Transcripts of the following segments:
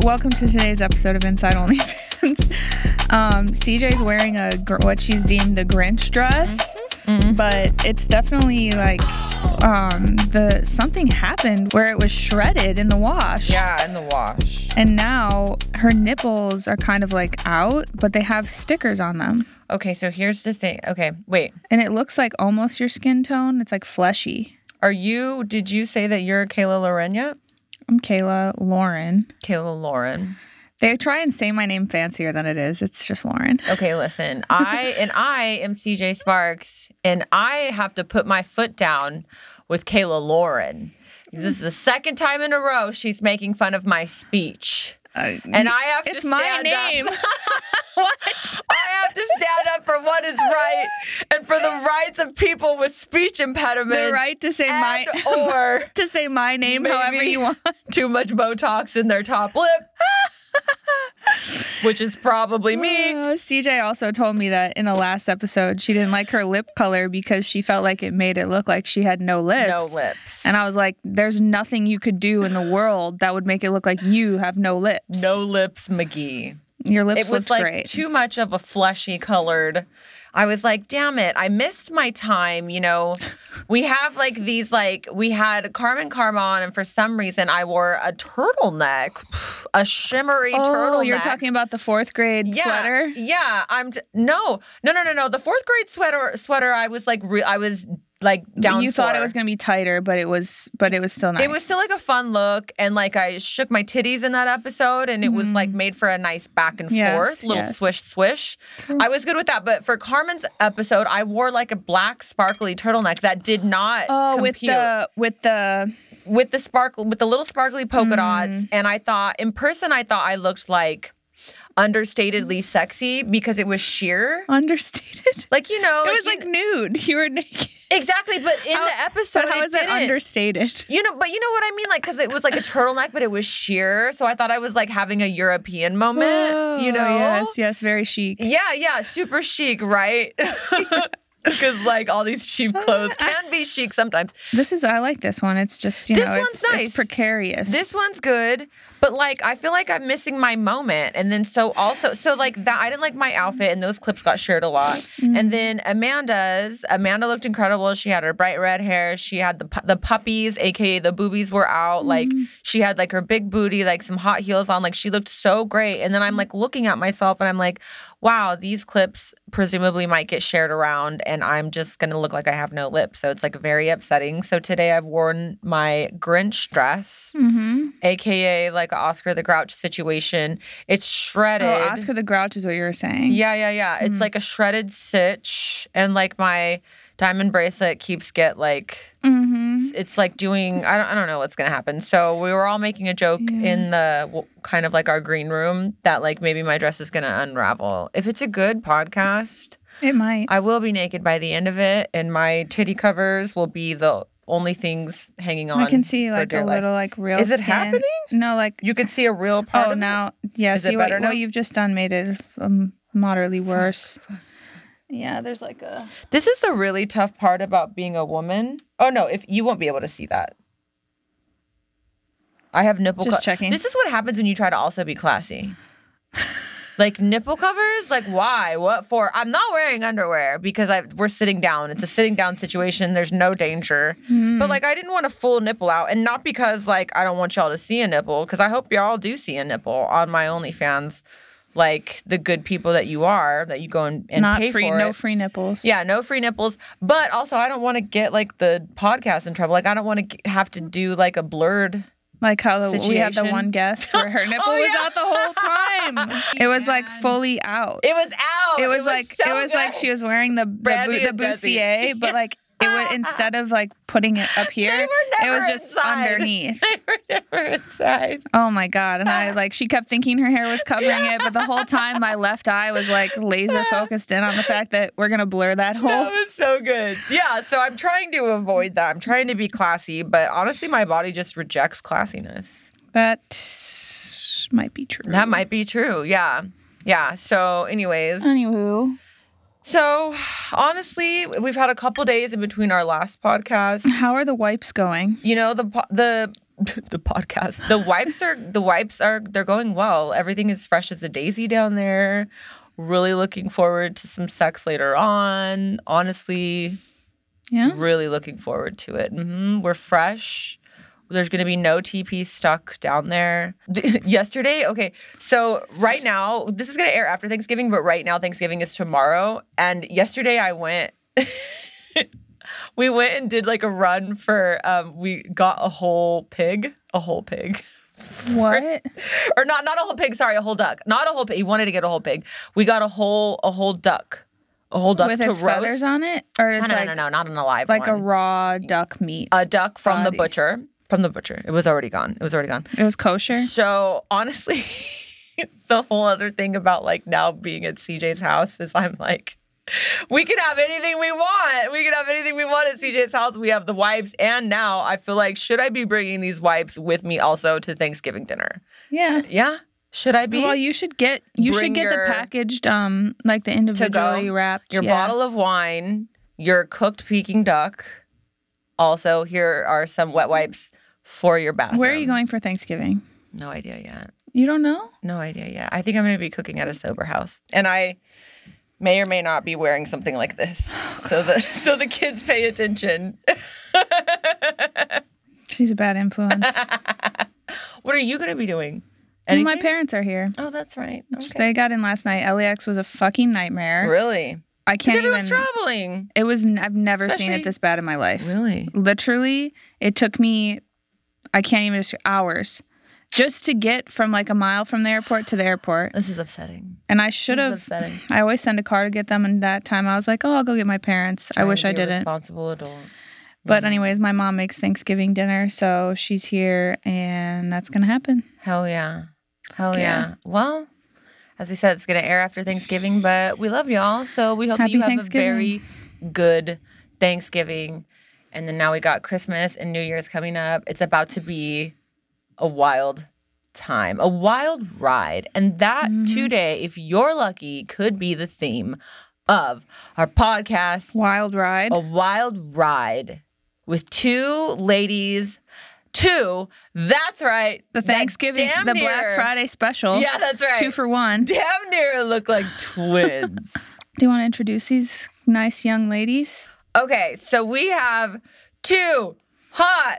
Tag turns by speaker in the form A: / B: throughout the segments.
A: welcome to today's episode of Inside OnlyFans. um, CJ's wearing a gr- what she's deemed the Grinch dress,
B: Mm-hmm.
A: but it's definitely like um, the something happened where it was shredded in the wash.
B: Yeah, in the wash.
A: And now her nipples are kind of like out, but they have stickers on them.
B: Okay, so here's the thing. Okay, wait.
A: And it looks like almost your skin tone. It's like fleshy.
B: Are you? Did you say that you're Kayla Loren yet?
A: I'm Kayla Lauren.
B: Kayla Lauren.
A: They try and say my name fancier than it is. It's just Lauren.
B: Okay, listen. I and I am CJ Sparks, and I have to put my foot down with Kayla Lauren. This is the second time in a row she's making fun of my speech,
A: Uh,
B: and I have to.
A: it's my
B: stand up.
A: name.
B: I have to stand up for what is right and for the rights of people with speech impediments.
A: the right to say my
B: and or
A: to say my name however
B: Maybe.
A: you want.
B: too much Botox in their top lip, which is probably me.
A: Uh, CJ also told me that in the last episode she didn't like her lip color because she felt like it made it look like she had no lips.
B: No lips.
A: And I was like, there's nothing you could do in the world that would make it look like you have no lips.
B: No lips, McGee.
A: Your lips
B: It was
A: looked
B: like
A: great.
B: too much of a fleshy colored. I was like, damn it, I missed my time. You know, we have like these, like, we had Carmen Karma on, and for some reason I wore a turtleneck, a shimmery
A: oh,
B: turtleneck.
A: you're talking about the fourth grade
B: yeah,
A: sweater?
B: Yeah, I'm t- no, no, no, no, no. The fourth grade sweater sweater, I was like, re- I was like down.
A: you thought it
B: for.
A: was going to be tighter, but it was, but it was still nice.
B: It was still like a fun look, and like I shook my titties in that episode, and it was like made for a nice back and
A: Mm. Yes,
B: forth, little
A: yes.
B: swish swish. I was good with that, but for Carmen's episode, I wore like a black sparkly turtleneck that did not
A: oh, with
B: compute
A: the with the
B: with the sparkle with the little sparkly
A: Mm.
B: polka dots, and I thought in person, I thought I looked like understatedly sexy because it was sheer.
A: understated.
B: Like you know,
A: It was
B: you
A: like
B: kn-
A: nude. You were naked.
B: exactly, but Oh, in
A: How-
B: the episode,
A: but how
B: it
A: is that
B: didn't.
A: understated?
B: You know, but you know what I mean? Like, because it was like a turtleneck, but it was sheer. So I thought I was like having a European moment, you know?
A: yes, yes, very chic.
B: Yeah, yeah. Super chic, right? Because like all these cheap clothes can be chic sometimes.
A: This is I like this one. It's just you
B: This
A: know,
B: one's
A: it's,
B: nice.
A: it's precarious.
B: This one's good, but like I feel like I'm missing my moment. And then so also so like that I didn't like my outfit and those clips got shared a lot. And then Amanda's Amanda looked incredible. She had her bright red hair. She had the pu- the puppies, aka the boobies were out. Like she had like her big booty, like some hot heels on. Like she looked so great. And then I'm like looking at myself and I'm like, wow, these clips presumably might get shared around and I'm just going to look like I have no lips. So it's like very upsetting. So today I've worn my Grinch dress
A: Mm-hmm.
B: aka like a Oscar the Grouch situation. It's shredded.
A: Oh, Oscar Hmm. the Grouch is what you were saying.
B: Yeah, yeah, yeah. It's like a shredded sitch, and like my diamond bracelet keeps get like
A: Mm-hmm.
B: it's- it's like doing. I don't, I don't know what's gonna happen. So we were all making a joke
A: Yeah.
B: in the w- kind of like our green room that like maybe my dress is gonna unravel. If it's a good podcast,
A: It might.
B: I will be naked by the end of it, and my titty covers will be the only things hanging on.
A: I can see
B: for
A: like
B: dear
A: a
B: life.
A: little like real.
B: Is it
A: skin.
B: happening?
A: No, like
B: You could see a real part.
A: oh
B: of it?
A: now yeah.
B: Is it
A: see what,
B: better now?
A: what you've just done made it um, moderately worse. Yeah, there's like a
B: This is the really tough part about being a woman. Oh no, if you won't be able to see that. I have nipple
A: Just checking.
B: This is what happens when you try to also be classy. like nipple covers? Like why? What for? I'm not wearing underwear because I we're sitting down. It's a sitting down situation. There's no danger.
A: Hmm.
B: But like I didn't want a full nipple out and not because like I don't want y'all to see a nipple cuz I hope y'all do see a nipple on my OnlyFans. Like the good people that you are, that you go and, and
A: not
B: pay
A: free,
B: for
A: no
B: it.
A: free nipples.
B: Yeah, no free nipples. But also, I don't want to get like the podcast in trouble. Like, I don't want to have to do like a blurred.
A: Like how the, we had the
B: Situation.
A: one guest where her nipple
B: Oh,
A: was
B: yeah.
A: out the whole time. It was like fully out.
B: It was out.
A: it was, like
B: so
A: it was like
B: good.
A: she was wearing the the,
B: Brandy
A: bu- the
B: and Desi.
A: bustier, but like it was instead of like putting it up
B: They
A: here,
B: were
A: it was
B: never
A: just
B: inside.
A: underneath.
B: They were never inside.
A: Oh my god! And I like she kept thinking her hair was covering it, but the whole time my left eye was like laser focused in on the fact that we're gonna blur that whole.
B: That was so good. Yeah. So I'm trying to avoid that. I'm trying to be classy, but honestly, my body just rejects classiness.
A: That might be true.
B: That might be true. Yeah. Yeah. So, anyways.
A: Anywho,
B: So, honestly, we've had a couple days in between our last podcast.
A: how are the wipes going?
B: you know the po- the the podcast. The wipes are the wipes are they're going well. Everything is fresh as a daisy down there. Really looking forward to some sex later on. Honestly,
A: Yeah.
B: really looking forward to it. hmm We're fresh. There's going to be no TP stuck down there. Yesterday, okay. So, right now, this is going to air after Thanksgiving, but right now, Thanksgiving is tomorrow. And yesterday, I went, we went and did like a run for, um, we got a whole pig, a whole pig
A: What?
B: or not not a whole pig sorry a whole duck not a whole pig he wanted to get a whole pig we got a whole a whole duck a whole duck
A: With
B: to
A: its
B: roast
A: feathers on it? Or
B: no
A: it's
B: no,
A: like,
B: no no no not an alive
A: like a
B: one. Uh,
A: raw duck meat.
B: a duck from the
A: body.
B: butcher from the butcher it was already gone it was already gone
A: it was kosher.
B: so honestly the whole other thing about like now being at cj's house is i'm like we can have anything we want. We can have anything we want at CJ's house. We have the wipes. And now I feel like, should I be bringing these wipes with me also to Thanksgiving dinner?
A: Yeah.
B: Yeah. Should I be?
A: Well, you should get you should
B: Bring
A: get
B: your-
A: the packaged um like the individually wrapped
B: your
A: yeah.
B: bottle of wine, your cooked Peking duck. Also, here are some wet wipes for your bathroom.
A: Where are you going for Thanksgiving?
B: No idea yet.
A: You don't know?
B: No idea yet. I think I'm going to be cooking at a sober house, and I may or may not be wearing something like this, so that so the kids pay attention.
A: She's a bad influence.
B: What are you going to be doing?
A: and my
B: Anything?
A: parents are here.
B: Oh, that's right. Okay.
A: They got in last night. LAX was a fucking nightmare.
B: Really?
A: I
B: Is
A: can't
B: everyone
A: even.
B: traveling?
A: It was. n- I've never seen
B: Especially-
A: it this bad in my life.
B: Really?
A: Literally, it took me. I can't even describe hours, just to get from like a mile from the airport to the airport.
B: This is upsetting.
A: And I should
B: This is
A: have.
B: upsetting.
A: I always send a car to get them, and that time I was like, "Oh, I'll go get my parents." I wish I
B: Trying to be a
A: didn't.
B: Responsible adult.
A: But anyways, my mom makes Thanksgiving dinner, so she's here, and that's gonna happen.
B: Hell yeah. Hell yeah.
A: Yeah.
B: Well, as we said, it's going to air after Thanksgiving, but we love y'all. So we hope that
A: Happy
B: you have a
A: Thanksgiving.
B: very good Thanksgiving. And then now we got Christmas and New Year's coming up. It's about to be a wild time, a wild ride. And that
A: Mm-hmm.
B: today, if you're lucky, could be the theme of our podcast
A: Wild ride.
B: a wild ride with two ladies. Two, that's right.
A: the
B: that
A: Thanksgiving,
B: damn
A: the
B: near-
A: Black Friday special.
B: Yeah, that's right.
A: Two for one.
B: damn near look like twins.
A: Do you want to introduce these nice young ladies?
B: okay, so we have two hot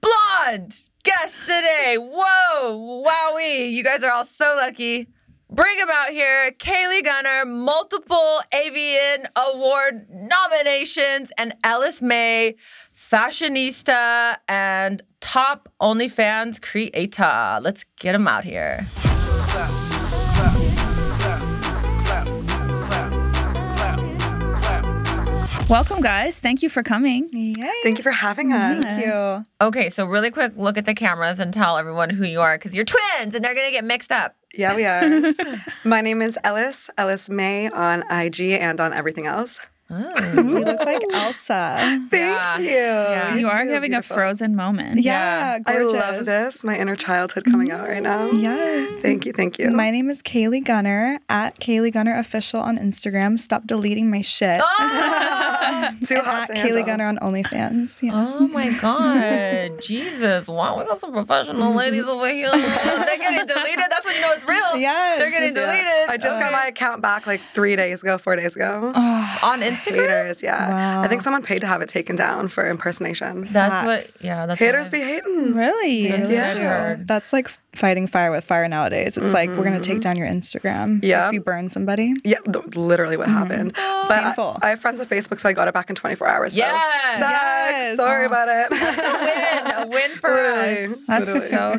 B: blonde guests today. Whoa, wowie. You guys are all so lucky. Bring them out here. Kaylee Gunner, multiple avian award nominations, and Ellis May, fashionista and top OnlyFans creator. Let's get them out here.
A: Welcome, guys. Thank you for coming.
C: Thank you for having us.
A: Thank
D: you.
B: Okay, so really quick, look at the cameras and tell everyone who you are because you're twins and they're gonna get mixed up.
C: Yeah, we are. My name is Ellis, Ellis May on IG and on everything else.
D: Oh. You look like Elsa.
C: Thank you.
B: Yeah.
A: you
C: It's
A: are
C: so
A: having
C: beautiful.
A: a frozen moment.
D: Yeah,
C: I
D: gorgeous.
C: love this. My inner childhood coming out right now.
D: Yes.
C: Thank you. Thank you.
D: My name is Kaylee Gunner at Kaylee Gunner Official on Instagram. Stop deleting my shit.
B: Oh,
C: Too
D: And
C: hot to handle.
D: at Kaylee Gunner on OnlyFans. Yeah.
B: Oh my God, Jesus! Wow, we got some professional ladies over here. They're getting deleted. That's when you know it's real.
D: Yes,
B: they're getting
D: they do.
B: deleted.
C: I just got my account back like three days ago, four days ago.
B: on Instagram.
C: Haters, yeah.
D: Oh. Wow.
C: I think someone paid to have it taken down for impersonation.
B: That's what.
D: Facts.
B: Yeah, that's
C: Haters
B: what
C: be
B: I-
C: hating.
A: Really?
B: That's what I've
C: do.
B: heard.
D: That's like fighting fire with fire nowadays. It's like we're gonna take down your Instagram
C: Yeah.
D: if you burn somebody.
C: Yeah, th- literally what happened. but I-
D: painful.
C: I, have friends on Facebook, so I got it back in 24 hours. So.
B: Yes.
C: Sucks.
D: Yes.
C: Sorry about it.
B: A win, a win for
C: Literally.
B: us.
A: That's
C: Literally.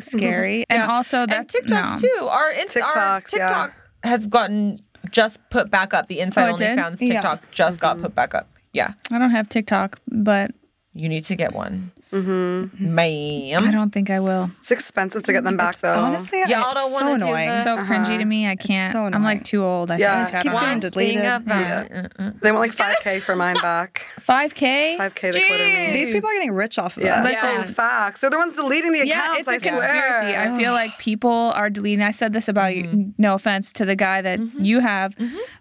A: so scary. And also,
B: And
A: that's
B: TikToks
A: no.
B: too. Our, Inst- our
C: TikToks, yeah.
B: TikTok has gotten just put back up. The Inside
A: Oh, it did?
B: OnlyFans
D: Yeah.
B: TikTok just got put back up. Yeah,
A: I don't have TikTok, but
B: you need to get one,
A: I
B: ma'am.
A: don't think I will.
C: Mm-hmm. It's expensive to get them back though.
D: Honestly, I-
B: Y'all
D: it's
B: don't
D: so
B: wanna do
D: annoying.
B: the-
A: So cringy to me. I can't.
D: so
A: I'm
D: annoying.
A: like too old. I
C: Yeah. It
A: think.
C: just
A: I don't
D: keeps
B: One
D: getting
A: know.
D: deleted.
B: thing about
C: Yeah. They want like 5K for mine back.
A: 5K.
C: 5K they quoted me.
D: These people are getting rich off of
C: Yeah.
D: us.
A: Listen.
C: Listen, facts. They're the ones deleting the
A: Yeah,
C: accounts.
A: it's a
C: I swear.
A: conspiracy. I feel like people are deleting. I said this about
B: Mm-hmm.
A: you. No offense to the guy that you have,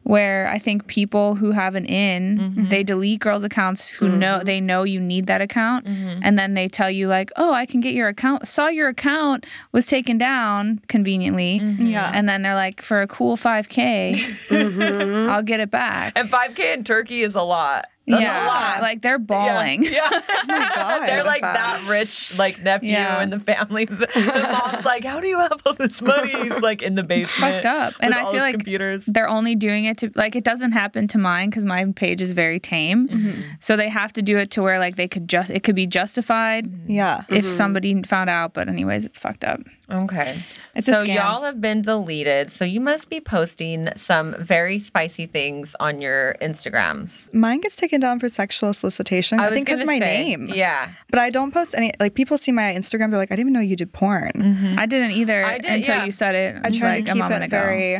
A: where I think
B: Mm-hmm. Mm-hmm.
A: people who have an in, they delete girls' accounts who know they know you need that account, and then then they tell you like, "Oh, I can get your account. Saw your account was taken down conveniently."
B: Mm-hmm.
D: Yeah.
A: And then they're like, "For a cool 5k, I'll get it back."
B: And 5K in Turkey is a lot. Mm-hmm. That's
A: yeah.
B: a lot.
A: Like they're
B: Yeah.
A: bawling.
B: Yeah.
D: God.
B: They're like
C: Wow.
B: that rich, like nephew
A: Yeah.
B: and the family. The, the mom's like, How do you have all this money? He's like in the basement.
A: fucked up. And
B: with
A: I
B: all
A: feel
B: his
A: like
B: computers.
A: they're only doing it to like it doesn't happen to mine because my page is very tame.
B: Mm-hmm.
A: So they have to do it to where like they could just it could be justified
D: Yeah.
A: if
B: Mm-hmm.
A: somebody found out. But anyways, it's fucked up.
B: Okay.
A: It's a
B: so
A: scam.
B: y'all have been deleted. So you must be posting some very spicy things on your Instagrams.
D: Mine gets taken down for sexual solicitation. I, think because
B: gonna
D: my
B: say,
D: name.
B: Yeah.
D: But I don't post any. Like people see my Instagram, they're like, "I didn't even know you did porn."
A: I didn't either
B: I did,
A: until
B: yeah.
A: you said it
D: Mm-hmm. I try
A: like
D: to
A: a
D: keep
A: moment
D: it
A: ago.
D: very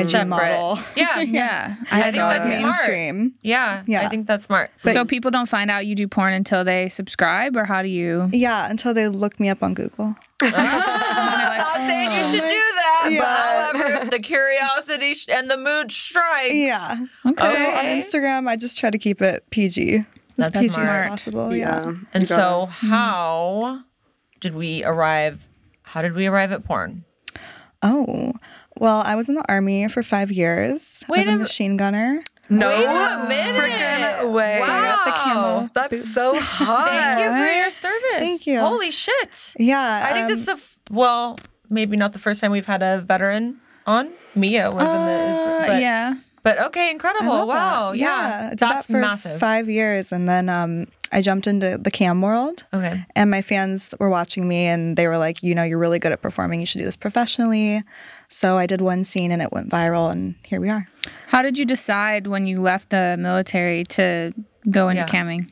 D: IG
B: Separate.
D: model.
B: Yeah.
A: yeah, I, had
B: think
A: all
B: that's
A: that.
B: smart.
D: mainstream.
B: Yeah. I
D: Yeah.
B: think that's smart.
A: so people don't find out you do porn until they subscribe, or how do you?
D: Yeah, until they look me up on Google.
B: I'm not saying you should do that,
D: Oh Yeah.
B: but however, if the curiosity sh- and the mood strikes.
D: Yeah.
A: Oh. Okay.
D: So
B: Oh.
D: on Instagram, I just try to keep it PG. As
B: That's
D: PG
B: smart.
D: as possible.
C: Yeah.
D: Yeah.
B: And
C: You got
B: so,
D: Mm-hmm.
B: how did we arrive? How did we arrive at porn?
D: Oh. Well, I was in the army for five years. I
B: Wait
D: was a
B: a-
D: machine gunner.
C: No
B: Wait a minute.
C: freaking way.
B: Wow.
D: camo.
C: That's so
B: Oh,
C: hot.
B: Thank you for your service.
D: Thank you.
B: Holy shit.
D: Yeah.
B: I think
D: um,
B: that's the, f- well, maybe not the first time we've had a veteran on. Mia was in the,
A: Uh,
B: but,
A: yeah.
B: But okay, incredible.
D: I love
B: wow.
D: that.
B: Yeah.
D: I did
B: That's
D: that for
B: massive.
D: Five years, and then um, I jumped into the cam world.
B: Okay.
D: And my fans were watching me, and they were like, "You know, you're really good at performing. You should do this professionally." So I did one scene, and it went viral, and here we are.
A: How did you decide when you left the military to go into
B: Yeah.
A: camming?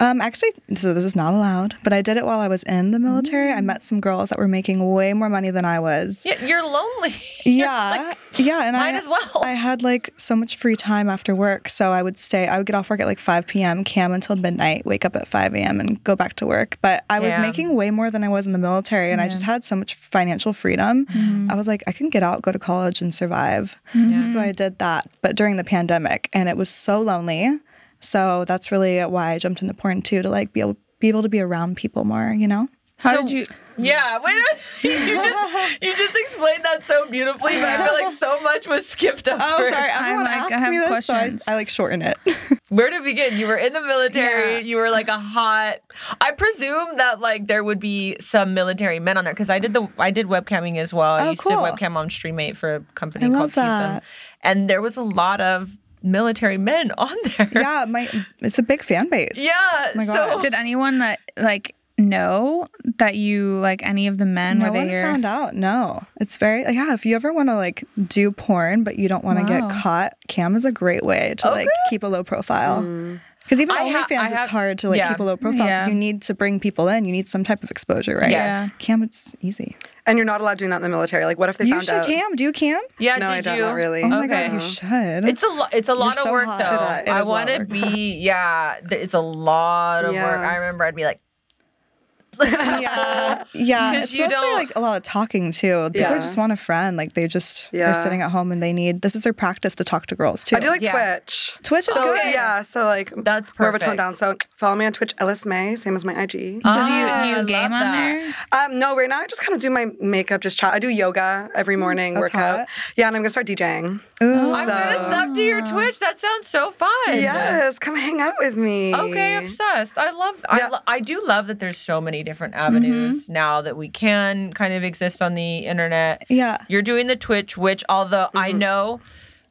D: Um, actually, so this is not allowed, but I did it while I was in the military. I met some girls that were making way more money than I was.
B: Yeah, you're lonely.
D: Yeah, yeah, and
B: might
D: I
B: as well.
D: I had like so much free time after work, so I would stay. I would get off work at like 5 p.m., cam until midnight, wake up at 5 a.m., and go back to work. But I was
B: Yeah.
D: making way more than I was in the military, and I just had so much financial freedom.
A: Mm-hmm.
D: I was like, I can get out, go to college, and survive. So I did that, but during the pandemic, and it was so lonely. So that's really why I jumped into porn too to like be able be able to be around people more. You know?
A: How
B: So-
A: did you?
B: Yeah, wait, a- you just you just explained that so beautifully, but I feel like so much was skipped over.
A: Oh, everyone like, asks I have me this, so I- questions.
D: I, like shorten it.
B: Where to begin? You were in the military.
A: Yeah.
B: You were like a hot. I presume that like there would be some military men on there because I did the I did webcamming as well. I
D: Oh,
B: used
D: cool.
B: to webcam on StreamMate for a company
D: I
B: called
D: love
B: Season,
D: that.
B: and there was a lot of military men on there.
D: yeah, my it's a big fan base.
B: Yeah,
D: Oh my
B: so
D: God.
A: Did anyone that like know that you like any of the men?
D: No
A: were they
D: one
A: your-
D: found out. No, it's very yeah. If you ever want to like do porn, but you don't want to
A: Wow.
D: get caught, cam is a great way to like keep a low profile. Because even
B: Oh, Mm. I ha-
D: OnlyFans,
B: I
D: it's
B: have-
D: hard to like
B: yeah.
D: keep a low profile
A: Yeah.
D: because you need to bring people in. You need some type of exposure, right?
A: Yes.
D: Cam, it's easy.
C: And you're not allowed doing that in the military. Like, what if they
D: you
C: found
D: should
C: out?
D: cam. Do you cam?
B: yeah,
C: No,
B: did
C: I don't
B: you
C: know, really.
D: Oh my
B: Okay.
D: god, you should.
B: It's a lot. It's a lot of
D: so
B: work
D: hot.
B: though.
C: Should I? It
B: I
C: is a lot
B: want to
C: of work.
B: be. Yeah, th- it's a lot of work.
C: Yeah.
B: I remember I'd be like,
D: yeah, yeah.
B: 'Cause
D: It's
B: you
D: mostly
B: don't-
D: like a lot of talking too. People
C: Yeah.
D: just want a friend. Like they just
C: Yeah.
D: are sitting at home and they need this is their practice to talk to girls too.
C: I do like
B: Yeah.
C: Twitch.
D: Twitch is
C: So,
D: good.
C: yeah, so like,
B: That's
C: more of a tone
B: perfect.
C: down. So follow me on Twitch, Ellis May, same as my IG.
A: So do you
B: Ah,
A: do
B: I
A: you
B: love
A: game on
B: that.
A: there?
C: Um, no, right now I just kind of do my makeup, just chat. I do yoga every morning,
D: Mm, that's
C: workout.
D: hot.
C: Yeah, and I'm gonna start DJing.
A: Oh,
D: Ooh.
B: I'm gonna sub to your Twitch. That sounds so fun.
C: Yes, come hang out with me.
B: Okay, obsessed. I love. I,
C: Yeah. Mm-hmm.
B: lo- I do love that there's so many different avenues now that we can kind of exist on the internet.
D: Yeah.
B: You're doing the Twitch, which although I
C: Mm-hmm.
B: know.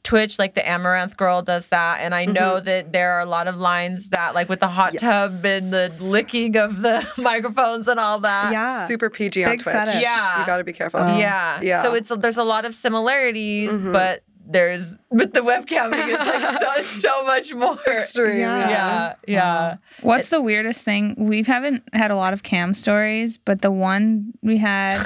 B: Twitch, like the Amaranth girl, does that, and I know that there are a lot of lines that, like with the hot
C: Mm-hmm. Yes.
B: tub and the licking of the microphones and all that.
D: Yeah.
C: Super PG on
D: Big
C: Twitch.
D: fetish. Um,
B: Yeah.
C: you gotta be careful.
B: Yeah.
C: yeah. Mm-hmm.
B: So it's there's a lot of similarities, but there's but the webcamming is like so so much more.
C: extreme.
D: Yeah.
B: Yeah, yeah.
A: What's the weirdest thing? We haven't had a lot of cam stories, but the one we had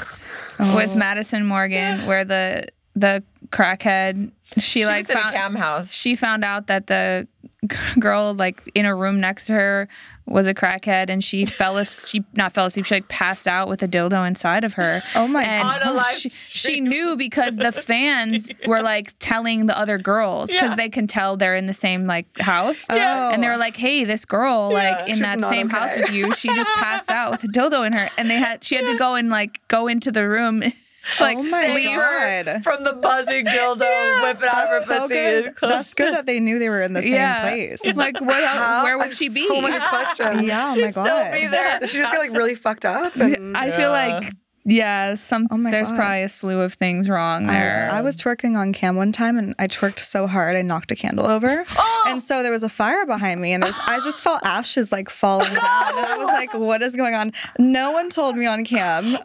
D: Oh.
A: with Madison Morgan, where the the crackhead, she,
B: She
A: like
B: was in a
A: found
B: cam house.
A: she found out that the g- girl like in a room next to her was a crackhead and she fell as she not fell asleep she like passed out with a dildo inside of her
D: Oh my
A: and
B: On a live
A: she, she knew because the fans were like telling the other girls because
B: Yeah.
A: they can tell they're in the same like house
D: Yeah.
A: and they were like hey this girl like in
C: She's
A: that
C: not
A: same
C: okay.
A: house with you she just passed out with a dildo in her and they had she had to go and like go into the room like
D: Oh my
A: leave
D: God.
B: her
D: God.
B: from the buzzing dildo, whip it out of her
D: That's so
B: pussy.
D: good.
B: and close
D: That's good that they knew they were in the same
A: yeah.
D: place.
A: It's like what else-
D: oh,
A: where would she be?
C: So many questions.
D: yeah, oh my
B: it. Still be
D: god.
B: there.
C: Did she just get like really fucked up? And
A: I feel like yeah, some
D: Oh my
A: there's
D: God.
A: probably a slew of things wrong there.
D: I, I was twerking on cam one time and I twerked so hard I knocked a candle over.
B: Oh!
D: And so there was a fire behind me and there's, I just felt ashes like falling down. And I was like, what is going on? No one told me on cam. Imagine.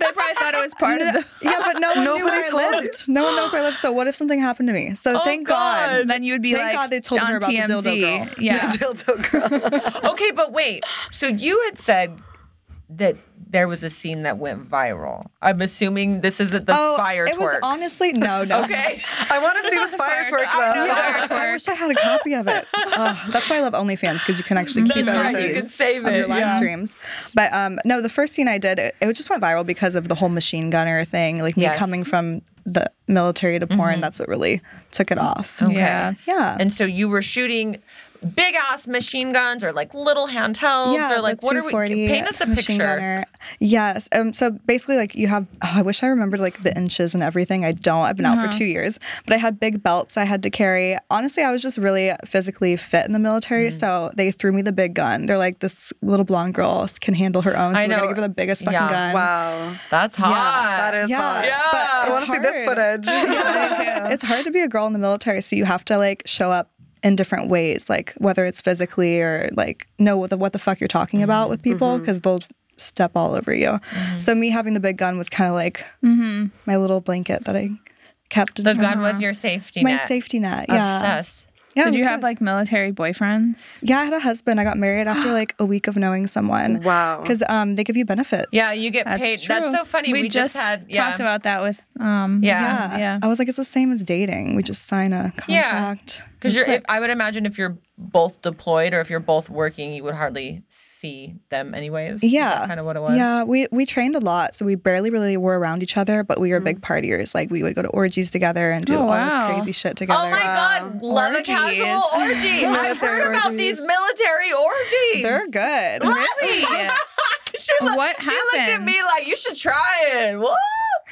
A: they probably thought it was part of the.
D: Yeah, but no one knew
C: Nobody
D: where I
C: told
D: lived. No one knows where I lived. So what if something happened to me? So thank God.
B: Oh, God.
A: Then you would be
D: Thank
A: like,
D: God they told
A: on
D: her about the
A: TMZ.
D: dildo girl.
A: Yeah,
C: dildo girl.
B: Okay, but wait. So you had said that there was a scene that went viral. I'm assuming this isn't the
D: Oh,
B: fire
D: it was
B: twerk.
D: honestly no, no.
B: okay.
C: I want to see this fire twerk
B: I
C: though.
B: know.
D: Yeah, I wish I had a copy of it. Ugh, that's why I love OnlyFans because you can actually keep
B: That's
D: copies
B: right, you can save
D: of your
B: it,
D: live
B: yeah.
D: streams. But um, no, the first scene I did, it, it just went viral because of the whole machine gunner thing. Like me
B: Yes. Mm-hmm.
D: coming from the military to porn, that's what really took it off.
B: Oh.
A: yeah.
D: Yeah.
B: And so you were shooting big ass machine guns or like little handhelds
D: yeah,
B: or like
D: the
B: what are we
D: 240
B: paint us a
D: machine
B: picture.
D: gunner. Yes. Um. So basically, like you have. Oh, I wish I remembered like the inches and everything. I don't. I've been out
B: Uh-huh.
D: for two years, but I had big belts I had to carry. Honestly, I was just really physically fit in the military,
B: Mm.
D: so they threw me the big gun. They're like, this little blonde girl can handle her own, so
B: I
D: we're
B: know.
D: gonna give her the biggest fucking
B: Yeah.
D: gun.
C: Wow.
B: That's hot.
C: That is
D: Yeah.
C: hot.
D: Yeah.
B: But
C: I
B: it's
C: want to see this
D: hard.
C: footage.
A: Yeah.
D: it's hard to be a girl in the military, so you have to like show up in different ways, like whether it's physically or like know what the what the fuck you're talking
B: Mm-hmm.
D: about with people because they'll step all over you. So me having the big gun was kind of like my little blanket that I kept. in
B: Mm-hmm. the
D: front
B: gun
D: of
B: was your safety
D: my
B: net.
D: safety net. Yeah.
B: Obsessed.
D: Yeah.
A: so
D: it
A: do you
D: was
A: have
D: good.
A: like military boyfriends?
D: Yeah, I had a husband. I got married after like a week of knowing someone.
C: Wow.
D: Because um, they give you benefits.
B: Yeah, you get
A: That's
B: paid.
A: true.
B: That's so funny.
A: We, just,
B: had yeah.
A: talked about that with um.
B: yeah.
D: Yeah.
A: Yeah.
D: I was like, it's the same as dating. We just sign a
B: Yeah.
D: contract.
B: Because
D: It's
B: you're, if,
D: quick.
B: I would imagine if you're both deployed or if you're both working, you would hardly see them anyways.
D: yeah
B: kind of what it was.
D: yeah we we trained a lot so we barely really were around each other but we were big partiers like we would go to orgies together and do
A: Oh,
D: all
A: wow.
D: this crazy shit together
B: Oh my God, love
A: Orgies.
B: a casual orgy. I've
C: Military
B: heard about
C: orgies.
B: these military orgies.
D: they're good
A: Really?
B: she looked,
A: What
B: she looked at me
A: happens?
B: like, you should try it. What?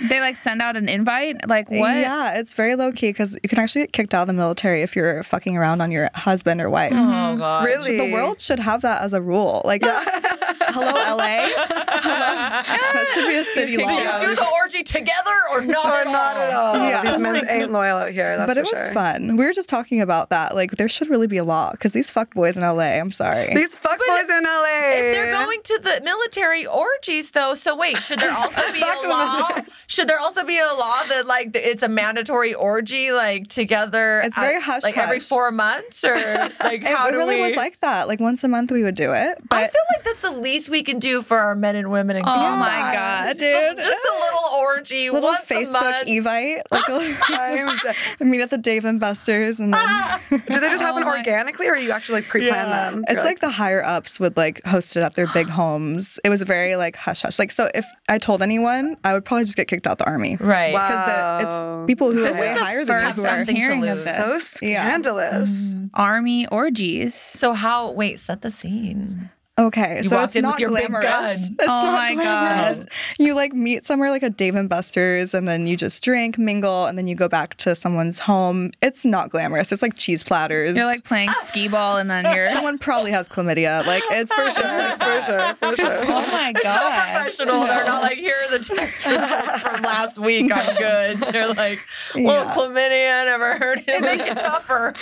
A: they like send out an invite. Like what?
D: yeah it's very low key because you can actually get kicked out of the military if you're fucking around on your husband or wife
B: Oh God.
C: Really?
D: the world should have that as a rule like hello la hello. that should be a city
A: kicked
D: law
A: out.
B: Do the orgy together or not?
C: Or
B: at
C: not
B: all?
C: at all.
D: Yeah.
C: Oh,
D: Oh
C: These men ain't loyal out here. That's
D: but it
C: for
D: was
C: sure.
D: fun. We were just talking about that. Like, there should really be a law because these fuck boys in LA. I'm sorry.
C: These fuckboys in LA.
B: If they're going to the military orgies, though, so wait, should there also be
C: Back
B: a
C: to the
B: law? Should there also be a law that like th- it's a mandatory orgy, like together?
D: It's very hush
B: like every
D: hush.
B: four months, or like
D: it,
B: how
D: it
B: do
D: really
B: we?
D: was like that. Like once a month we would do it. But
B: I feel like that's the least we can do for our men and women. In
A: Oh
B: Guam.
A: my God, dude.
B: Just a little orgy,
D: little
B: once a
D: Facebook e
B: month.
D: evite. Like
C: I'm dead.
D: I meet at the Dave and Buster's and then
B: Ah,
C: Do they just
A: Oh
C: happen
A: my-
C: organically, or you actually like pre-plan them?
D: it's like the higher ups would like host it at their big homes. It was very like hush hush. Like so if I told anyone, I would probably just get kicked out the army.
B: right?
C: Wow.
D: Because
C: Wow.
B: Oh.
D: it's people who
A: This
D: are
A: is
D: way
A: the
D: higher than you
A: first
D: who
B: Have
A: I'm
D: are.
B: something to
A: hearing of
B: lose.
A: this.
C: so
D: Yeah.
C: "Oh,
D: Mm-hmm.
C: scandalous.
A: Army orgies.
B: So how? Wait, set the scene.
D: Okay,
B: You
D: so
B: walked
D: it's
B: in with
D: not
B: your big
D: glamorous.
B: gun.
D: It's
A: Oh
D: not
A: my
D: glamorous.
A: God.
D: You like meet somewhere like a Dave and Buster's, and then you just drink, mingle, and then you go back to someone's home. It's not glamorous. It's like cheese platters.
A: You're like playing
B: Ah.
A: skee ball and then you're.
D: someone probably has chlamydia. Like it's for sure.
C: Like, for sure, for sure.
A: Oh my god.
B: professional. They're not like, here are the texts from from last week. I'm good. They're like, well,
D: Yeah.
B: chlamydia, I never heard it. Make it tougher.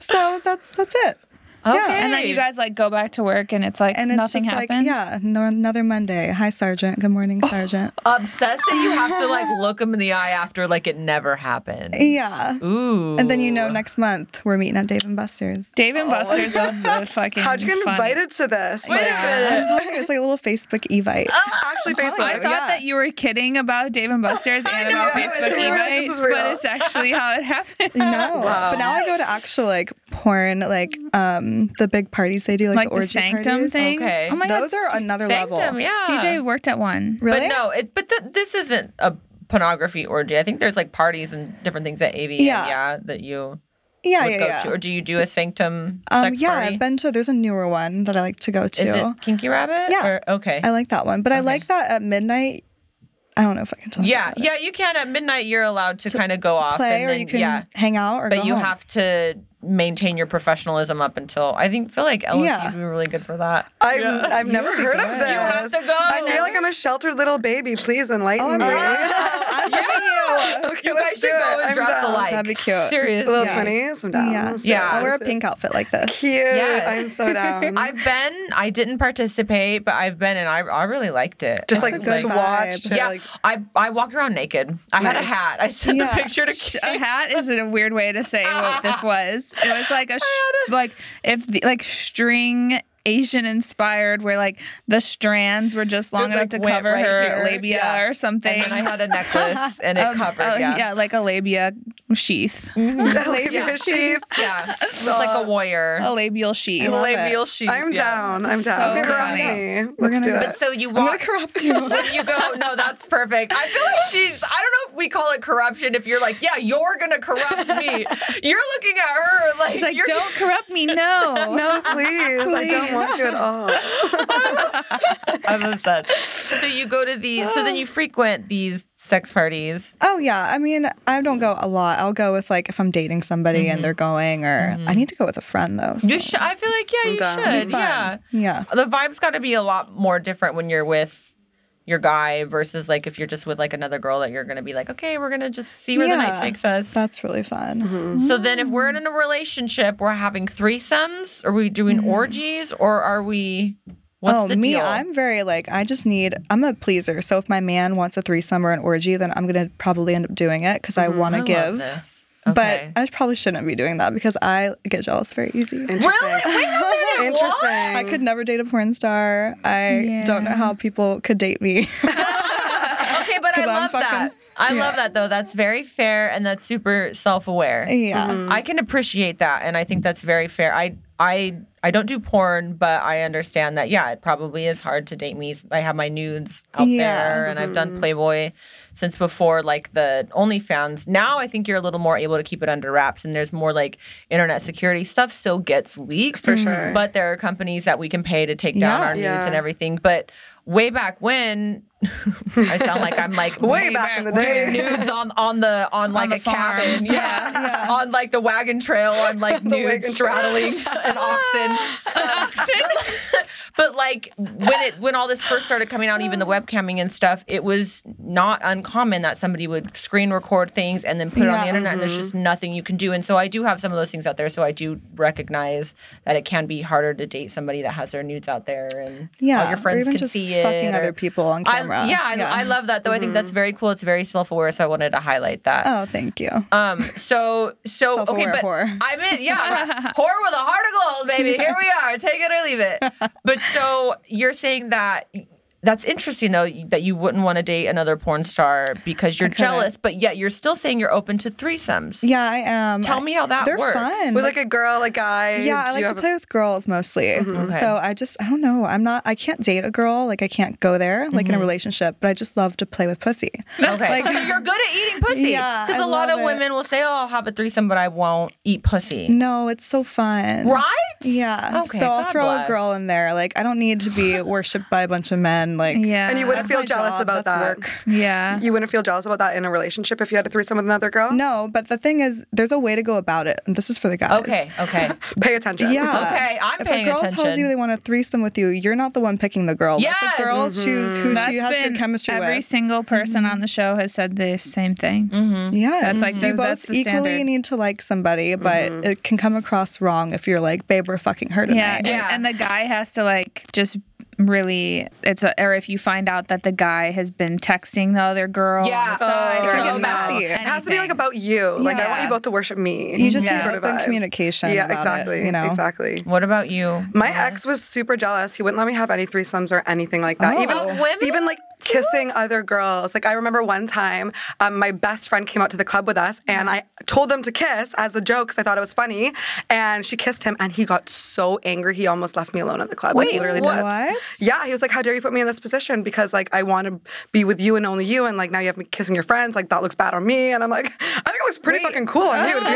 D: so that's that's it.
B: Okay.
A: And then you guys like go back to work and it's like
D: And it's
A: nothing
D: just
A: happened.
D: like, yeah, no, another Monday. Hi, Sergeant. Good morning, Sergeant.
B: obsessed that you have to like look them in the eye after like it never happened.
D: yeah.
B: Ooh.
D: And then you know next month we're meeting at Dave and Buster's.
A: Dave
B: Oh.
A: and Buster's is the fucking.
C: How'd you get
A: fun-
C: invited to this?
B: Wait a
C: Like,
B: minute.
D: I'm telling you, it's like a little Facebook evite.
C: Actually,
A: Ah, I
C: Facebook.
A: thought that you were kidding about Dave and Buster's and about
C: I was
A: Facebook
C: thinking, like,
A: eBay,
C: this is real.
A: but it's actually how it happened.
D: No, but now I go to actual like porn, like um the big parties they do, like,
A: like
D: the
A: the
D: orgy
A: sanctum
D: parties.
A: things.
B: Okay.
A: Oh my
D: Those
A: god.
D: are another
B: Thanked
D: level.
B: him, yeah.
A: CJ worked at one.
D: Oh,
B: But
D: Really?
B: no, it but th- this isn't a pornography orgy. I think there's like parties and different things at AV. Yeah,
D: Yeah.
B: that you
D: yeah,
B: would
D: yeah,
B: go
D: yeah.
B: to, or do you do a sanctum
D: Um,
B: sex
D: yeah,
B: party?
D: I've been to. There's a newer one that I like to go to.
B: Is it Kinky Rabbit?
D: Yeah.
B: Or- okay.
D: I like that one, but I like that at midnight. I don't know if I can talk.
B: yeah,
D: about it.
B: yeah. You can at midnight. You're allowed to, kind of go off
D: Play,
B: and
D: or
B: then
D: you can
B: yeah.
D: hang out, or
B: But
D: go
B: you
D: home.
B: have to maintain your professionalism up until I think feel like LSU
D: Yeah.
B: would be really good for that.
C: I've, I've never heard of this.
B: You have to go.
C: I feel like I'm a sheltered little baby. Please enlighten
D: Oh, I'm
C: me.
D: really-
C: okay,
B: you guys
C: let's
B: should
C: do
B: go
C: it.
B: and
C: I'm
B: dress
C: down.
B: alike.
D: That'd be cute.
B: Serious.
C: Little
B: yeah.
C: twenties. I'm down.
D: Yeah,
C: Let's do it.
B: Yeah.
D: I'll wear a
C: Let's do it.
D: pink outfit like this.
C: Cute.
B: Yes.
C: I'm so down.
B: I've been. I didn't participate, but I've been, and I, I really liked it.
C: just
D: That's
C: like
D: a good
C: to
D: vibe.
C: watch. to,
B: yeah,
C: like-
B: I I walked around naked. I had a
C: Nice.
B: hat. I sent
D: Yeah.
B: the picture to.
A: Sh- A hat is a weird way to say what this was. It was like a sh- like if the, like string Asian inspired, where like the strands were just long
B: It,
A: enough
B: like,
A: to
B: went
A: cover
B: right
A: her
B: here.
A: labia
B: Yeah.
A: or something.
B: And then I had a necklace, and it
D: Oh,
A: Um,
B: covered.
A: uh,
B: yeah. yeah.
A: like a labia sheath,
C: Labia sheath.
B: It was like a warrior.
A: a labial sheath.
D: Oh, love it.
B: Labial sheath.
C: I'm
B: yeah.
C: down. I'm
A: So
C: down.
A: good.
C: Corrupt
A: Okay.
C: me. Let's do
B: But
C: it.
B: so you
D: I'm gonna
B: walk.
D: corrupt you.
B: when you go, no, that's perfect. I feel like she's, I don't know if we call it corruption. If you're like, yeah, you're going to corrupt me. You're looking at her like,
A: She's like,
B: you're,
A: don't corrupt me, no.
C: No, please. I don't want to at all.
B: I'm upset. So you go to these, so then you frequent these sex parties.
D: Oh yeah, I mean, I don't go a lot. I'll go with like if I'm dating somebody
B: Mm-hmm.
D: and they're going, or I need to go with a friend though. so-
B: You should, I feel like, yeah, you
C: Down.
B: should.
D: Fun.
B: Yeah.
D: yeah.
B: The vibe's got to be a lot more different when you're with your guy versus like if you're just with like another girl that you're going to be like, okay, we're going to just see where the night
D: Yeah.
B: takes us.
D: That's really fun.
B: So then, if we're in a relationship, we're having threesomes. Are we doing orgies, or are we? What's
D: oh,
B: the
D: me,
B: deal?
D: I'm very like, I just need, I'm a pleaser. So if my man wants a threesome or an orgy, then I'm going to probably end up doing it because I want
B: Mm-hmm. I
D: to
B: love
D: give.
B: this. Okay.
D: But I probably shouldn't be doing that because I get jealous very easy.
B: really,
C: Interesting.
B: wait a minute.
C: Interesting.
B: What?
D: I could never date a porn star. I don't know how people could date me.
B: Okay, but I
D: 'Cause I'm
B: love that.
D: fucking-
B: I
D: Yeah.
B: love that though. That's very fair and that's super self-aware.
D: yeah.
C: Mm-hmm.
B: I can appreciate that, and I think that's very fair. I I I don't do porn, but I understand that. Yeah, it probably is hard to date me. I have my nudes out
D: Yeah.
B: there, and I've
C: Mm-hmm.
B: done Playboy since before, like the OnlyFans. Now I think you're a little more able to keep it under wraps, and there's more like internet security stuff still gets leaked
C: For sure.
B: But there are companies that we can pay to take down
D: Yeah.
B: our nudes
C: Yeah.
B: and everything. But way back when. I sound like I'm like
C: Way back in the
A: back
C: day.
B: nudes on on the on like
A: the
B: a
A: farm.
B: cabin,
A: Yeah.
B: yeah, on like the wagon trail, on like nude
C: wagon
B: straddling an oxen. but like when it when all this first started coming out, even the webcamming and stuff, it was not uncommon that somebody would screen record things and then put it on
D: Yeah. Mm-hmm.
B: the internet, and there's just nothing you can do. And so I do have some of those things out there. So I do recognize that it can be harder to date somebody that has their nudes out there, and
D: Yeah,
B: all your
D: or
B: friends
D: even
B: can
D: just
B: see it.
D: fucking other people on
B: I-
D: camera.
B: yeah, I,
D: Yeah. Mm-hmm.
B: I love that though. I think that's very cool. It's very self aware, so I wanted to highlight that.
D: Oh, thank you.
B: Um. So so okay,
D: Self-aware
B: but
D: whore.
B: I mean, yeah, right. whore with a heart of gold, baby. Here we are. Take it or leave it. But so you're saying that that's interesting though that you wouldn't want to date another porn star because you're
D: I couldn't.
B: jealous, but yet you're still saying you're open to threesomes.
D: yeah, I am.
B: Tell me how that
D: They're
B: works.
D: fun.
C: With like a girl, a guy.
D: yeah,
C: do
D: I
C: you
D: like to
C: have a-
D: play with girls mostly.
B: Mm-hmm,
D: Mm-hmm. So I just, I don't know. I'm not, I can't date a girl. Like, I can't go there, like
B: Mm-hmm.
D: in a relationship, but I just love to play with pussy.
B: Okay.
D: Like-
B: so you're good at eating pussy.
D: Yeah,
B: Because
D: I
B: a lot of
D: love it.
B: women will say, "Oh, I'll have a threesome, but I won't eat pussy."
D: No, it's so fun.
B: Right?
D: Yeah.
B: Okay,
D: so I'll
B: God
D: throw
B: bless.
D: a girl in there. Like I don't need to be worshipped by a bunch of men. Like,
A: yeah.
C: And you wouldn't
D: That's
C: feel
D: my
C: jealous
D: job,
C: about that.
D: that's work.
A: Yeah.
C: You wouldn't feel jealous about that in a relationship if you had a threesome with another girl.
D: No, but the thing is, there's a way to go about it. And this is for the guys.
B: Okay, okay.
C: Pay attention.
D: Yeah.
B: Okay, I'm
D: if
B: paying
D: a girl tells
B: attention.
D: you they want a threesome with you, you're not the one picking the girl. Let
B: Yes!
D: the girl
C: Mm-hmm.
D: choose who she has good chemistry
A: every
D: with.
A: single person on the show has said the same thing.
D: yeah,
A: That's
C: Mm-hmm.
D: it's
A: like
D: you
A: the-
D: both
A: that's the
D: equally
A: standard.
D: need to like somebody, but it can come across wrong if you're like, babe, we're fucking her tonight.
A: Yeah, and-
B: Yeah.
A: And, the guy has to like just really it's a, or if you find out that the guy has been texting the other girl
B: Yeah.
A: on the
B: Oh,
A: side
B: They're
A: or
B: getting
A: about
C: messy.
D: It
C: It has to be like
A: anything.
C: about you. Like I want
A: Yeah.
C: you both to worship me.
D: You just need
A: Yeah.
D: open
C: vibes.
D: communication
C: Yeah,
D: about it,
C: exactly.
D: you know?
C: exactly.
B: What about you?
C: My ex was super jealous. He wouldn't let me have any threesomes or anything like that.
D: Oh.
C: Even
D: Oh,
B: women
C: even like kissing other girls. Like I remember one time, um, my best friend came out to the club with us, and I told them to kiss as a joke because I thought it was funny. And she kissed him, and he got so angry he almost left me alone at the club. Like,
B: Wait,
C: he literally
B: what?
C: did.
D: What?
C: Yeah, he was like, "How dare you put me in this position? Because like I want to be with you and only you, and like now you have me kissing your friends. Like that looks bad on me." And I'm like, "I think it looks pretty fucking cool on you, to be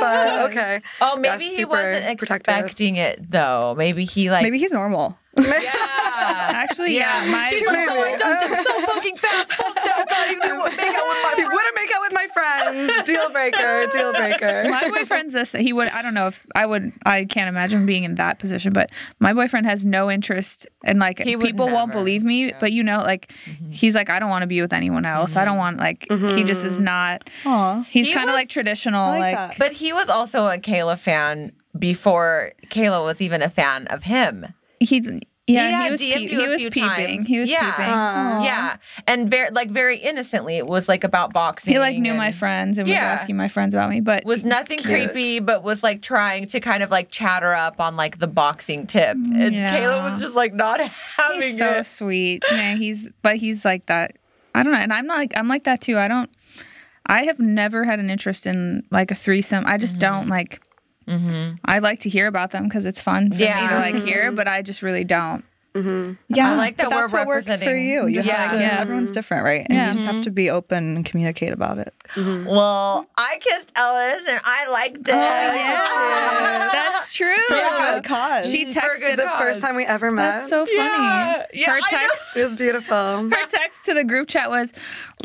C: But okay.
B: Oh,
C: Yeah,
B: maybe he
C: super
B: wasn't
C: protective.
B: expecting it though. Maybe he like
D: Maybe he's normal.
B: yeah.
A: actually yeah,
B: Yeah.
A: my
B: She's like, "Oh, I done this so fucking fast. Fuck that guy. You didn't make out with my
C: He wouldn't make out with my friends. Deal breaker. Deal breaker.
A: my boyfriend's this he would i don't know if i would i can't imagine being in that position but my boyfriend has no interest and like
B: He would
A: people won't
B: never, Mm-hmm.
A: believe me but you know like he's like i don't want to be with anyone else i don't want like he just is not
D: Aw.
A: he's
B: He
A: kind of
B: was-
A: like traditional
D: I
A: like,
D: like that.
B: But he was also a Kayla fan before Kayla was even a fan of him.
A: he yeah,
B: had
A: he was
B: DM'd
A: peep-
B: you a
A: he was
B: few
A: peeping
B: times.
A: he was
B: yeah.
A: peeping
B: Yeah. And very like very innocently it was like about boxing.
A: he like knew
B: and
A: my friends and
B: Yeah.
A: was asking my friends about me but
B: Was nothing creepy, but was like trying to kind of like chatter up on like the boxing tip. And
A: Mm, Yeah.
B: Kayla was just like not having
A: he's so
B: it.
A: sweet. Yeah, he's but he's like that. I don't know, and I'm not. Like, I'm like that too. I don't. I have never had an interest in like a threesome. I just don't like. I like to hear about them because it's fun for
B: Yeah.
A: me to like hear, but I just really don't.
D: Yeah,
B: I like that
D: but that's
B: we're
D: what works for
B: representing-
D: you. You just
B: Yeah.
D: have to,
A: Yeah.
C: Mm-hmm.
D: everyone's different, right? And you just have to be open and communicate about it.
B: Well, I kissed Ellis and I
A: Oh,
B: liked it.
A: that's true.
D: a good cause.
A: She
B: For a good
A: texted.
B: cause.
C: First time we ever met.
A: That's so funny.
B: Yeah. Yeah,
A: Her
B: I know.
A: text.
C: it was beautiful.
A: her text to the group chat was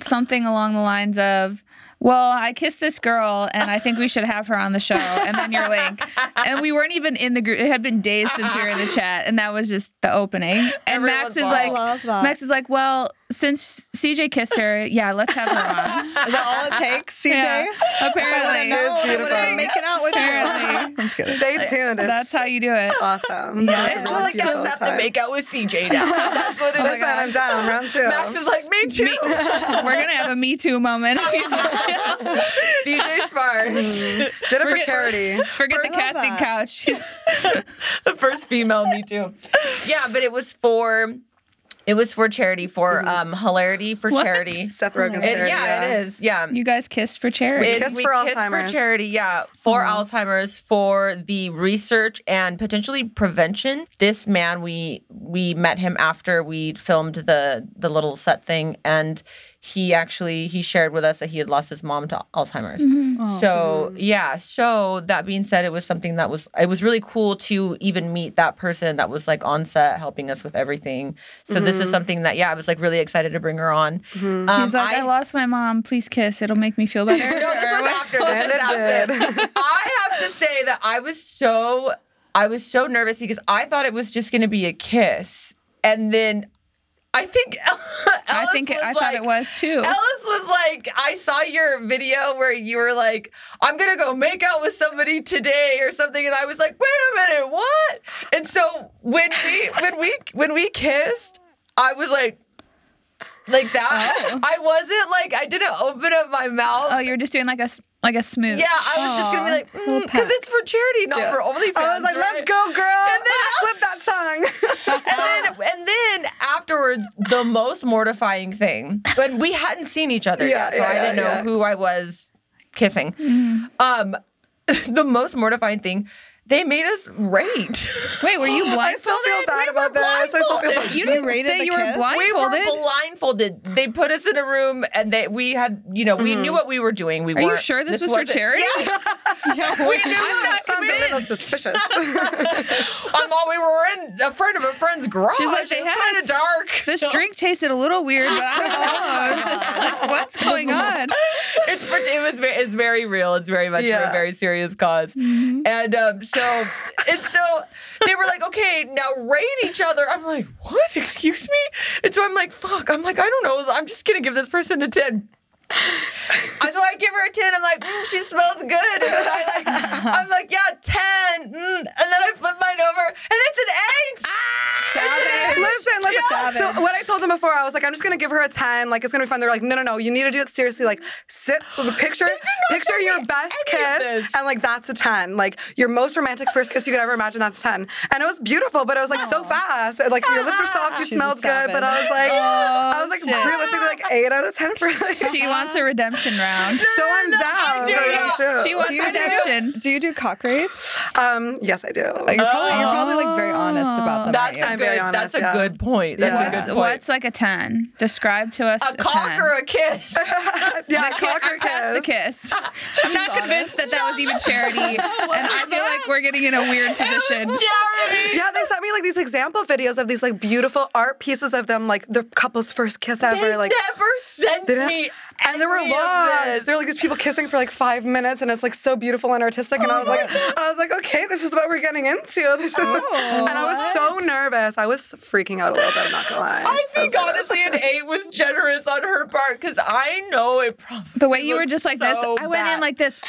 A: something along the lines of well i kissed this girl and i think we should have her on the show and then your link and we weren't even in the group it had been days since we were in the chat and that was just the opening and max
B: Everyone's
A: is
B: all-
A: like
D: I love that.
A: max is like well since cj kissed her yeah let's have her on
D: Is that all it takes, CJ?
A: yeah,
C: It was
A: apparently
C: beautiful.
D: Making out with
A: Apparently.
D: I'm just kidding.
C: Stay tuned. It's
A: that's how you do it
D: Uh,
C: awesome.
D: Yeah.
C: It's
B: I feel like
C: beautiful
B: Ellis have to
C: time.
B: make out with CJ now. That's what it
C: Listen,
A: God.
C: I'm down. Round two.
B: Max is like, me too.
A: Me- we're gonna have a me too moment if you don't chill.
B: CJ Sparks.
C: Mm-hmm. Did it for
A: forget-
C: charity.
A: forget the
D: I love
A: casting
D: that.
A: couch she's
B: the first female me too yeah but it was for it was for charity for um hilarity for
A: What?
B: charity Mm-hmm. It-
C: Seth Rogen's charity.
B: yeah it is yeah
A: you guys kissed for charity
B: It-
C: Kiss for
B: for
C: Alzheimer's. Mm-hmm.
B: charity yeah for alzheimer's for the research and potentially prevention this man we we met him after we filmed the the little set thing and he actually he shared with us that he had lost his mom to alzheimer's
C: Mm-hmm.
A: Oh.
B: so yeah so that being said it was something that was it was really cool to even meet that person that was like on set helping us with everything so this
C: Mm-hmm.
B: is something that yeah i was like really excited to bring her on um,
A: He's like, I, lost my mom. Please kiss. It'll make me feel better.
B: no, this was after. This
C: And
B: was
C: it
B: after. I have to say that I was so I was so nervous because I thought it was just going to be a kiss, and then I think Ellis
A: I think it,
B: was
A: I thought
B: like-
A: it was too.
B: Ellis was like, I saw your video where you were like, I'm gonna go make out with somebody today or something, and I was like, wait a minute, what? And so when we when we when we kissed, I was like. Like that, I wasn't like I didn't open up my mouth.
A: oh, you're just doing like a s- like a smooth.
B: Yeah, I was just gonna be like,
D: little
B: because
D: peck.
B: it's for charity, not
C: Yeah.
B: for OnlyFans.
C: I was like, let's
B: right?"
C: go, girl.
B: And then-
C: Flip that song.
B: And then, and then afterwards, the most mortifying thing, when we hadn't seen each other
C: Yeah,
B: yet, so
C: yeah,
B: I didn't
C: yeah,
B: know
C: yeah.
B: who I was kissing.
A: Mm-hmm.
B: Um, the most mortifying thing, they made us rate.
A: Wait, were you
C: I still
A: blindfolded?
C: feel
B: We
C: bad
B: were
C: about this. I still feel
B: blindfolded.
C: bad.
A: You didn't
D: rated
A: say
D: the
A: you were
D: kiss?
B: We were
A: blindfolded.
B: blindfolded. They put us in a room, and they we had, you know, we knew what we were doing. We
A: Mm-hmm. Are you
B: weren't-
A: sure this, was for
B: wasn't-
A: charity?
B: Yeah, we knew
A: I'm not
C: Sounds a little
A: convinced.
C: suspicious.
B: on while we were friend, a friend of a friend's garage.
A: She's like,
B: it's
A: "They had
B: kind of
A: us-
B: dark.
A: This drink tasted a little weird, but I don't know. It was just like, what's going on?
B: it's for, it was very, it's very real. It's very much for
C: Yeah. Mm-hmm.
B: a very serious because And um, so and so they were like, okay, now rate each other. I'm like, what? Excuse me? And so I'm like, fuck. I'm like, I don't know. I'm just gonna give this person a ten. I- so I give her a ten. I'm like, mm, she smells good. And then I like, I'm like, yeah, ten. Mm. And then I flip mine over, and it's an
C: Ah!
B: eight. It's an eight.
C: Listen, listen. So what I told them before, I was like, I'm just gonna give her a ten. Like it's gonna be fun. They're like, no, no, no. You need to do it seriously. Like sit, picture, picture your best
B: any of
C: kiss,
B: this.
C: and like that's a ten. Like your most romantic first kiss you could ever imagine. That's ten. And it was beautiful, but it was like so fast. And, like your lips were soft, you
D: She's a
C: smelled good, but I was
D: savage.
C: like, I was like
A: Oh, shit.
C: realistically like eight out of ten for like.
A: She wants a redemption round.
C: so I'm down.
B: do,
C: for
B: yeah.
C: them, too.
A: She wants
D: Do you do-
A: redemption.
D: Do you do cock rates?
C: Um, yes, I do.
D: Like, You're probably, you're probably like very honest about them.
B: That's a
D: aren't
C: I'm
B: good.
C: very
B: that's
C: honest,
B: a
C: yeah.
B: good point. That's
D: Yeah.
B: a
A: What's,
B: good point.
A: what's like a 10? Describe to us a,
B: a cock
A: 10.
B: or a kiss?
C: yeah,
A: I
C: cock
A: can't,
C: or
A: I'm past the kiss. I'm not convinced that that was even charity, and I feel like we're getting in a weird position.
B: Jeremy.
C: yeah, they sent me like these example videos of these like beautiful art pieces of them, like the couple's first kiss ever.
B: They
C: like
B: never sent
C: they didn't-
B: me.
C: and there were
B: any of
C: long.
B: this. Oh
C: There were like these people kissing for like five minutes, and it's like so beautiful and artistic. And I was like, I was like, okay, this is what we're getting into. This is- and I was so nervous. I was freaking out a little bit. I'm not gonna lie.
B: Oh. I think
C: was nervous.
B: honestly, an eight was generous on her part because I know it probably.
A: The way you were just like this,
B: so
A: I went in
B: bad.
A: like this.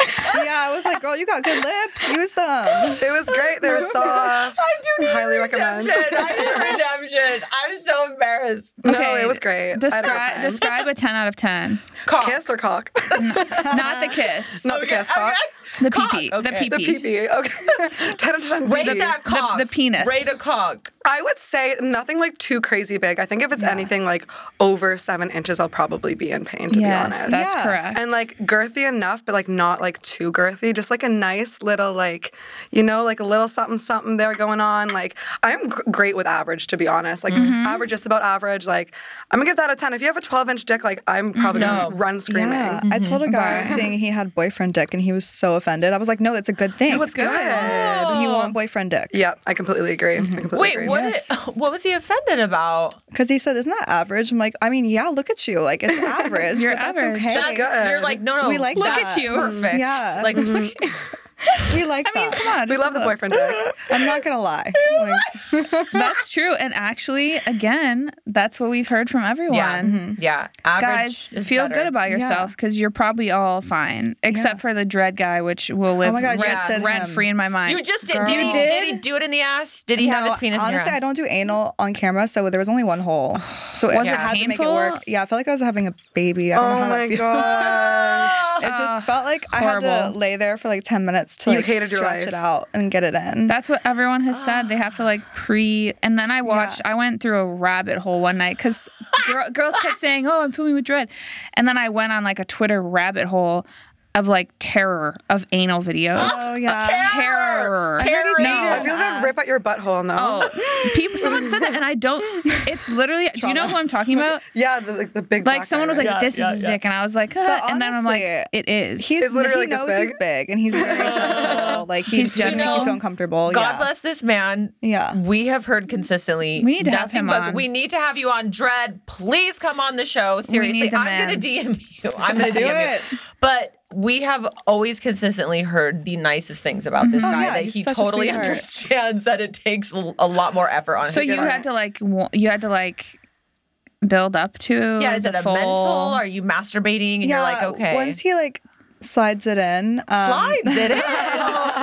D: yeah, I was like, girl, you got good lips. Use them.
C: It was great. They were soft. I do highly recommend.
B: Redemption. I need redemption. I'm so embarrassed.
C: No, it was great. I had a good
A: Describe
C: time.
A: describe a 10 out of 10.
B: Cock.
C: Kiss or cock?
A: Not the kiss.
C: Not the kiss. Cock.
A: The pee
B: okay.
A: The pee
C: The pee Okay. Ten out of ten.
B: Rate
C: pee-pee.
B: that
A: the-
B: cock.
A: the penis.
B: Rate a cock.
C: I would say nothing like too crazy big. I think if it's anything like over seven inches, I'll probably be in pain, to
A: Yes,
C: be honest.
A: that's
D: Yeah.
A: correct.
C: and like girthy enough, but like not like too girthy. Just like a nice little like, you know, like a little something something there going on. Like I'm g- great with average, to be honest. Like average, just about average. Like I'm gonna give that a ten. If you have a 12 inch dick, like I'm probably
B: No.
C: gonna run screaming.
D: Yeah, I told a guy I was saying he had boyfriend dick, and he was so offended. I was like, no, that's a good thing.
C: No, it's good.
D: You want boyfriend dick?
C: Yeah, I completely agree. I completely
B: Wait,
C: agree.
B: what?
D: Yes.
B: What was he offended about?
D: Because he said, isn't that average? I'm like, I mean, yeah, look at you. Like, it's average.
A: You're
D: but
A: average.
D: That's okay.
B: That's-
C: good. Mm-hmm.
B: You're like, no, no.
D: We like
A: Look
D: that.
A: at you.
B: Perfect.
D: Yeah.
B: Like, look at-
D: We like
A: I mean,
D: that.
A: come on.
C: We
A: just
C: love the
A: look.
C: boyfriend dick.
D: I'm not going to lie. Like,
A: That's true. And actually, again, that's what we've heard from everyone.
B: yeah,
C: mm-hmm.
B: yeah. Average
A: Guys,
B: is
A: feel
B: better.
A: good about yourself because you're probably all fine, except for the dread guy, which will live
D: Oh my God, I just
A: rent,
D: did
A: rent
D: him.
A: free in my mind.
B: You just did.
D: Girl.
B: Did he,
D: You
B: did
A: did?
B: he do it in the ass? Did he have
D: no,
B: his penis in your
D: honestly,
B: ass?
D: I don't do anal on camera, so there was only one hole. So it,
A: Was it
D: I had to make it
A: painful?
D: work. Yeah, I felt like I was having a baby. I don't know
C: Oh
D: how that feels.
C: god.
D: It just felt like I had
A: horrible.
D: to lay there for like 10 minutes to
C: You
D: like
C: hated your
D: stretch
C: life.
D: it out and get it in.
A: That's what everyone has said. They have to like pre. And then I watched. I went through a rabbit hole one night because girls kept saying, "Oh, I'm filming with dread," and then I went on like a Twitter rabbit hole of like terror of anal videos.
D: oh, yeah.
A: Terror.
D: I heard he's
A: No.
D: easier
C: I feel that rip out your butthole now.
A: Oh, people! Someone said that, and I don't. It's literally. Do you know who I'm talking about?
C: Yeah, the, like the big.
A: Like
C: black
A: someone
C: guy,
A: was like,
C: right?
A: "This is his dick," and I was like, "Uh,"
D: But
A: and then I'm like,
D: honestly,
A: "It is."
D: He's
C: It's literally
D: he
C: like
D: knows
C: this
D: he's
C: big.
D: big and he's very gentle. Like he
A: He's
D: he's gentle.
A: gentle.
D: make you feel uncomfortable.
B: God
D: yeah.
B: bless this man.
D: Yeah.
B: We have heard consistently.
A: We need to have
B: nothing
A: him
B: but-
A: on.
B: We need to have you on Dread. Please come on the show. Seriously.
A: need the
B: I'm gonna
A: man.
B: DM you. I'm gonna
D: Do
B: DM
D: it.
B: you. But we have always consistently heard the nicest things about this guy
D: Mm-hmm. Oh, yeah,
B: that
D: he's
B: he
D: such a
B: totally
D: sweetheart.
B: understands that it takes l- a lot more effort on
A: So
B: his
A: you
B: part.
A: had to like wa- you had to like build up to
B: Yeah, is it a
A: full-
B: mental? Are you masturbating? And you're like, okay.
D: Once he like slides it in, um,
B: slides it in.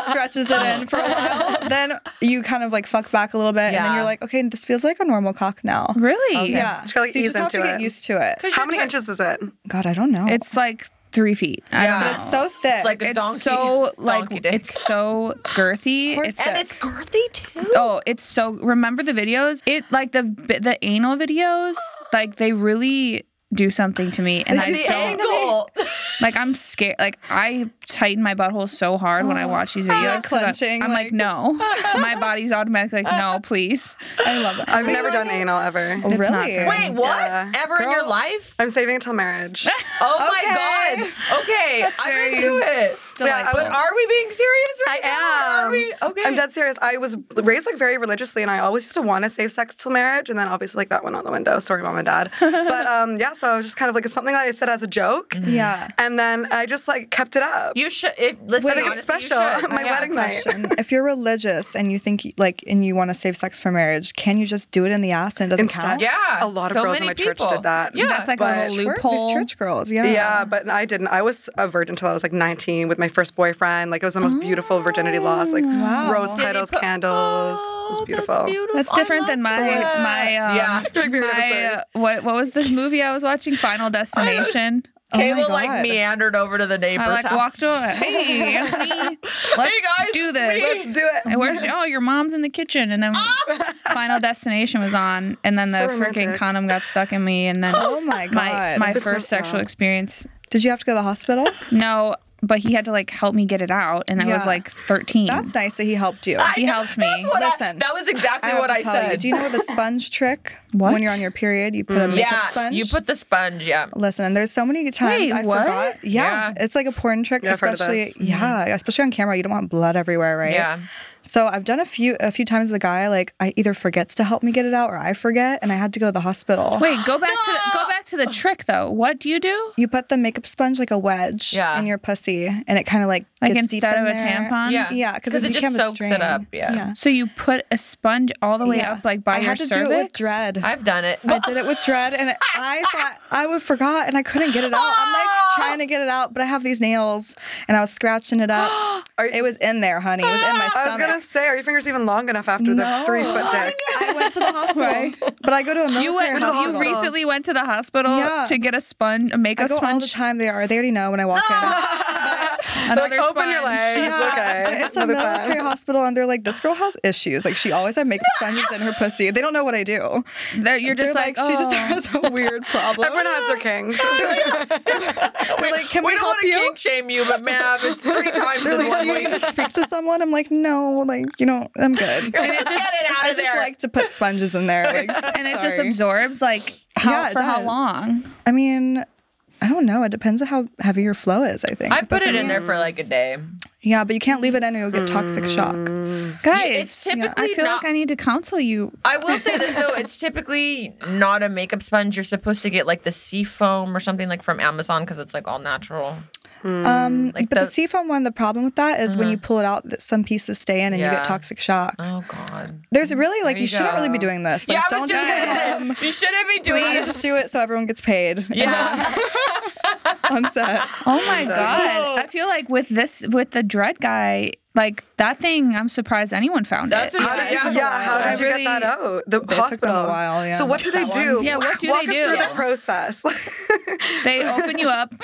D: stretches it in for a while, then you kind of like fuck back a little bit, and
B: Yeah.
D: then you're like, okay, this feels like a normal cock now.
A: Really?
D: Yeah,
C: Just gotta, like,
D: so you
C: ease
D: just have to
C: into
D: get
C: it.
D: used to it.
C: How many inches is it?
D: God, I don't know.
A: It's like three feet. I
B: Yeah.
A: don't
B: But
A: know.
D: it's so thick.
B: It's like a
A: It's
B: donkey.
A: so like
B: donkey dick.
A: it's so girthy.
D: course
A: It's
D: it
B: and it's girthy too.
A: oh, it's so. Remember the videos? It like the the anal videos. Like they really do something to me, and I
D: do
A: just
B: the
A: don't.
B: angle.
A: Like I'm scared. Like I tighten my butthole so hard when I watch these videos. 'cause I-
D: clenching,
A: I'm like,
D: like-
A: no. my body's automatically like, no, please.
D: I love it.
C: I've never done anal ever.
D: Oh,
A: It's not
D: really?
A: fair.
B: Wait, what?
C: Yeah.
B: Ever in your
D: Girl.
B: life?
C: I'm saving it till marriage.
B: Oh my
D: Okay.
B: god. Okay, I'm
A: very-
B: into it.
C: Yeah, I was-
A: Delightful.
B: Are we being serious
C: I
B: right now?
C: am.
B: Are we? Okay.
C: I'm dead serious. I was raised like very religiously, and I always used to want to save sex till marriage, and then obviously like that went out the window. Sorry, mom and dad. but um, yeah, so it was just kind of like it's something that I said as a joke.
D: Yeah.
C: And then I just like kept it up.
B: Mm-hmm. You should. If, listen,
C: I think
B: honestly, you
C: it's special.
B: should.
C: My
B: Yeah.
C: wedding night.
D: Question. if you're religious and you think like and you want to save sex for marriage, can you just do it in the ass and it doesn't count?
B: Yeah.
C: A lot of
B: So
C: girls
B: many
C: in my church
B: people.
C: did that.
B: Yeah.
A: That's like
C: but-
A: a
D: Church- these
A: loophole.
D: church girls, yeah.
C: Yeah, but I didn't. I was a virgin until I was like 19 with my first boyfriend. Like it was the most beautiful virginity laws, like
D: Wow.
C: rose
B: Did he
C: petals,
B: put-
C: candles. it was
B: Oh,
C: beautiful.
B: That's, beautiful.
A: That's different than my my um,
B: Yeah.
A: my uh, what what was the movie I was watching? Final Destination.
D: Oh my
B: Kayla like
D: God.
B: meandered over to the neighbor's
A: I like
B: house.
A: walked over. Hey, Anthony, let's
B: guys,
A: do this.
C: Let's do it.
A: And where's oh your mom's in the kitchen and then Final Destination was on and then
C: So
A: the freaking
C: romantic.
A: condom got stuck in me and then
D: Oh my god.
A: my my
C: That's
A: first
C: not
A: sexual
C: wrong.
A: experience
D: Did you have to go to the hospital?
A: no but he had to like help me get it out and I was
D: Yeah.
A: like 13
D: That's nice that he helped you.
A: he helped me
B: That's what I-
D: Listen.
B: that was exactly
D: have
B: what
D: to
B: I
D: tell
B: said.
D: You. Do you know the sponge trick?
A: What?
D: When you're on your period, you put a makeup
B: yeah,
D: sponge.
B: you put the sponge. Yeah.
D: Listen, there's so many times
A: Wait,
D: I
A: what?
D: forgot. Yeah, it's like a porn trick,
C: Yeah, I've heard of
D: especially
C: those.
D: yeah, especially on camera. You don't want blood everywhere, right?
B: Yeah.
D: So I've done a few a few times. The guy like I either forgets to help me get it out, or I forget, and I had to go to the hospital.
A: wait go back to the, go back to the trick though what do you do
D: You put the makeup sponge like a wedge
B: Yeah.
D: in your pussy, and it kind of like
A: Like
D: gets deep
A: instead
D: in
A: of a
D: there.
A: tampon?
B: Yeah.
D: yeah, because
B: 'Cause
D: it,
B: it just
D: becomes a
B: soaks it
D: strain.
B: up, yeah.
A: so you put a sponge all the way
D: Yeah.
A: up like by
D: I
A: your
D: had to
A: cervix
D: do it with dread.
B: I've done it.
D: I did it with dread, and I thought I would forgot, and I couldn't get it out. I'm like trying to get it out, but I have these nails, and I was scratching it up.
C: Are you-
D: it was in there, honey. It was in my
C: I was
D: stomach.
C: gonna say, are your fingers even long enough after the
D: No.
C: three foot dick?
D: I went to the hospital, but I go to a military
A: you went
D: hospital.
A: you recently went to the hospital
D: Yeah.
A: to get a sponge a
D: I
A: makeup
D: go all the
A: sponge
D: time. They are. They already know when I walk in.
A: another
C: Like, open your
A: sponge.
C: legs. Okay.
D: It's a military hospital, and they're like, "This girl has issues. Like she always had makeup sponges in her pussy. They don't know what I do.
A: That you're just
D: they're like,
A: like,
D: she
A: "Oh."
D: just has a weird problem.
C: Everyone has their kings.
D: They're like, can
B: we
D: we,
B: don't
D: help
B: want to
D: you?
B: kink shame you, but man, it's three times
D: They're
B: in
D: like,
B: one
D: do you need
B: week.
D: to speak to someone? I'm like, no, like you know, I'm good.
A: and it just
B: Get it out
D: I
B: of
D: just
B: there.
D: like to put sponges in there. Like,
A: and it just
D: sorry.
A: absorbs like how
D: Yeah, it
A: for how
D: does.
A: long?
D: I mean, I don't know. It depends on how heavy your flow is. I think.
B: I put
D: But
B: it
D: for
B: in
D: me-
B: there for like a
D: Mm.
B: day.
D: Yeah, but you can't leave it in, or you'll get
B: Mm.
D: toxic shock.
A: Guys, I
B: typically
A: feel
B: not-
A: like I need to counsel you.
B: I will say this though, it's typically not a makeup sponge. You're supposed to get like the sea foam or something like from Amazon because it's like all natural.
D: Um,
B: Like
D: but the,
B: the- Uh-huh.
D: seafoam one, the problem with that is when you pull it out, that some pieces stay in and you
B: Yeah.
D: get toxic shock.
B: Oh God.
D: There's really like
B: There
D: you,
B: you
D: shouldn't really be
B: go.
D: doing this. Like,
B: yeah, I
D: don't
B: was just
D: do it.
B: gonna say, you shouldn't be doing
D: You
B: this.
D: just do it so everyone gets paid
B: Yeah.
D: on set.
A: Oh my
B: uh,
A: god. I feel like with this with the dread guy, like that thing, I'm surprised anyone found
B: That's
A: it.
B: what-
C: How did you,
B: Yeah,
C: yeah, how
A: I
C: did you
A: really-
C: get that out? The hospital.
D: took them a while, yeah.
C: So what do they do?
A: Yeah, what do
C: Walk
A: they
C: us through
A: do?
C: the process.
A: they open you up.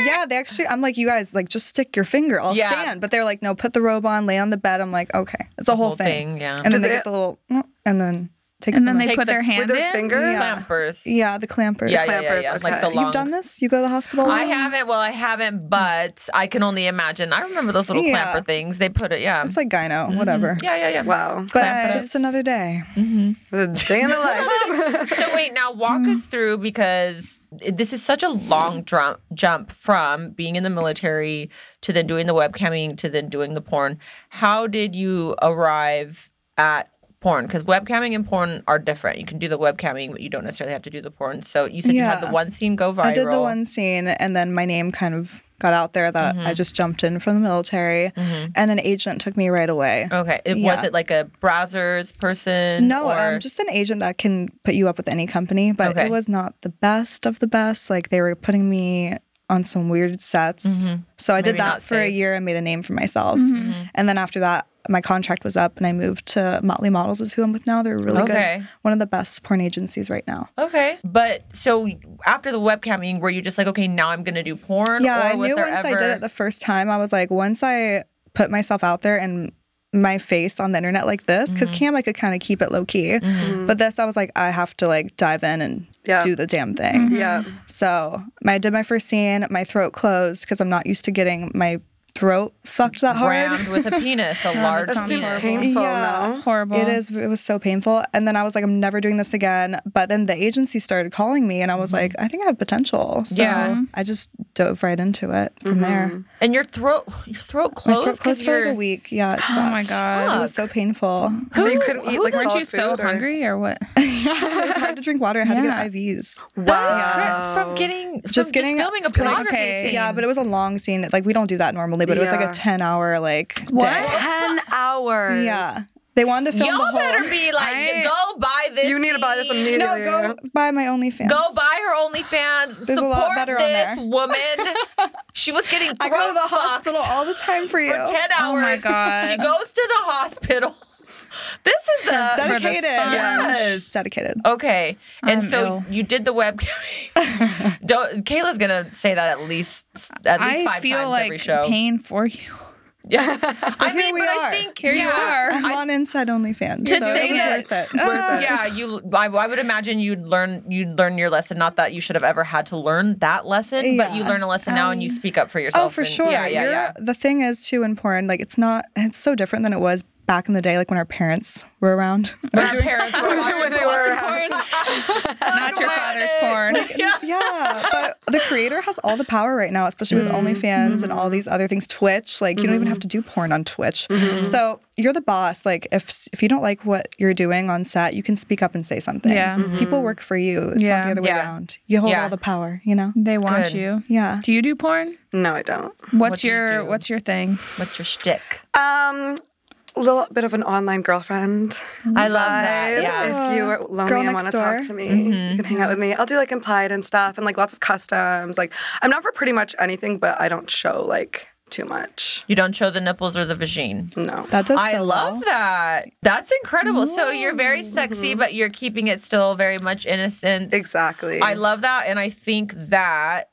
D: Yeah, they actually. I'm like, you guys, like, just stick your finger. I'll
B: Yeah.
D: stand. But they're like, no, put the robe on, lay on the bed. I'm like, okay, it's a whole,
B: whole
D: thing.
B: thing, yeah.
D: And then
C: Did
D: they
C: they-
D: get the little, mm, and then take.
A: and then
D: some
A: they
D: out.
B: Take
A: put
B: the-
A: their hand
C: with their
A: in.
C: fingers?
D: Yeah.
B: Clampers. Yeah,
D: Yeah, the clampers.
B: yeah, yeah, yeah.
C: Clampers,
B: Like
C: okay.
B: the
C: You've
B: long.
D: You've done this? You go to the hospital?
B: I haven't. Well, I haven't, but I can only imagine. I remember those little
D: Yeah.
B: clamper things. They put it. Yeah.
D: It's like gyno, whatever.
B: Mm-hmm. yeah, yeah, yeah.
C: wow.
D: But
A: Clampers.
D: just another day.
A: Mm-hmm.
C: The day in the life.
B: So wait, now walk
D: Mm.
B: us through because this is such a long drum, jump from being in the military to then doing the webcamming to then doing the porn. How did you arrive at porn? Because webcamming and porn are different. You can do the webcamming, but you don't necessarily have to do the porn. So you said you had
D: Yeah.
B: the one scene go viral.
D: I did the one scene, and then my name kind of got out there that
B: Mm-hmm.
D: I just jumped in from the military, and an agent took me right away.
B: Okay. It, Was
D: Yeah.
B: it like a browsers person?
D: No,
B: or-
D: um, just an agent that can put you up with any company, but
B: Okay.
D: it was not the best of the best. Like they were putting me on some weird sets. So I
B: Mm-hmm. Maybe
D: did
B: not
D: that for a
B: safe. Mm-hmm.
D: year and made a name for myself. And then after that, my contract was up and I moved to Motley Models, is who I'm with now. They're really
B: Okay.
D: good. One of the best porn agencies right now.
B: Okay. But so after the webcamming, were you just like, okay, now I'm going to do porn?
D: Yeah, I
B: Or was
D: knew
B: there
D: once I did
B: ever-
D: it the first time, I was like, once I put myself out there and my face on the internet like this, because
B: Mm-hmm.
D: cam I could kind of keep it low key, but this I was like, I have to like dive in and
C: Yeah.
D: do the damn thing.
B: Mm-hmm.
C: yeah.
D: So my, I did my first scene. My throat closed because I'm not used to getting my throat fucked that hard.
B: Rammed with a penis, a large
A: sounds
B: penis.
C: Seems
A: horrible.
C: painful
D: Yeah.
C: now.
A: Horrible.
D: It is. It was so painful. And then I was like, I'm never doing this again. But then the agency started calling me, and I was like, I think I have potential.
B: Mm-hmm.
D: So
B: Yeah. Mm-hmm.
D: I just dove right into it from there.
B: And your throat, your throat
D: My
B: closed.
D: throat
B: 'cause
D: closed for like
B: you're-
D: a week. Yeah. It
A: Oh my
D: sucked.
A: god.
D: It was so painful.
C: So you couldn't eat like
A: Weren't
C: solid
A: you so
C: food or-
A: hungry or what?
D: it was hard to drink water. I had
A: Yeah.
D: to get IVs.
B: Wow. From getting, from just
D: getting-
B: filming a
D: just getting-
B: pornography
A: okay,
B: scene.
D: Yeah, but it was a long scene. Like we don't do that normally, but it was like
C: Yeah.
D: a ten hour like
A: What?
D: day.
C: Ten hours.
D: Yeah. They wanted to film
B: Y'all
D: the whole.
B: better be like,
A: I-
B: go buy this.
C: You need to buy this
B: scene.
C: immediately.
D: no, go buy my OnlyFans.
B: Go buy her OnlyFans.
D: There's a
B: Support
D: lot better on
B: this
D: there.
B: woman. she was getting
D: I go to the
B: throat fucked
D: hospital all the time for you.
B: for ten hours.
A: Oh my God.
B: She goes to the hospital. This is a
A: the
D: dedicated.
A: sponge.
B: Yes.
D: Dedicated.
B: okay. And
A: I'm
B: so
A: ill.
B: you did the webcam. Don't Kayla's gonna say that at least at least
A: I
B: five
A: feel
B: times
A: like
B: every show.
A: pain for you.
B: Yeah. I
D: here
B: mean,
D: we
B: but I
D: are.
B: think
A: Here you are.
D: I'm on Inside OnlyFans.
B: To
D: so
B: say
D: it was
B: that-
D: worth it. Worth it.
B: yeah you I, I would imagine you'd learn you'd learn your lesson not that you should have ever had to learn that lesson but you
D: Yeah.
B: learn a lesson now and you speak up for yourself
D: Oh, for
B: and-
D: sure.
B: yeah yeah
D: You're-
B: yeah
D: The thing is, too, in porn, like it's not, it's so different than it was back in the day, like when our parents were around.
B: When our parents were watching,
C: when they
B: watching
C: were-
B: porn
A: Not your father's porn.
D: yeah, but the creator has all the power right now, especially with OnlyFans and all these other things. Twitch, like you don't even have to do porn on Twitch. So you're the boss. Like if if you don't like what you're doing on set, you can speak up and say something.
A: Yeah. Mhm.
D: people work for you. It's
A: Yeah.
D: not the other way
B: Yeah.
D: around. You hold
B: Yeah.
D: all the power. You know.
A: They want
B: Good.
A: you.
D: Yeah.
A: Do you do porn?
C: No, I don't.
A: What's
B: do you
A: your
B: do?
A: What's your thing?
B: what's your shtick
C: Um, a little bit of an online girlfriend.
B: I love that
C: vibe.
B: yeah
C: If you are lonely
D: Girl
C: and want
D: next
C: to
D: door.
C: talk to me, you can hang out with me. I'll do like implied and stuff and like lots of customs. Like I'm not for pretty much anything, but I don't show like too much.
B: you don't show the nipples or the vagine
C: No.
D: That does.
B: I
D: so
B: love
D: well. Mm-hmm.
B: that. That's incredible. So you're very sexy, but you're keeping it still very much innocent.
C: exactly.
B: I love that. And I think that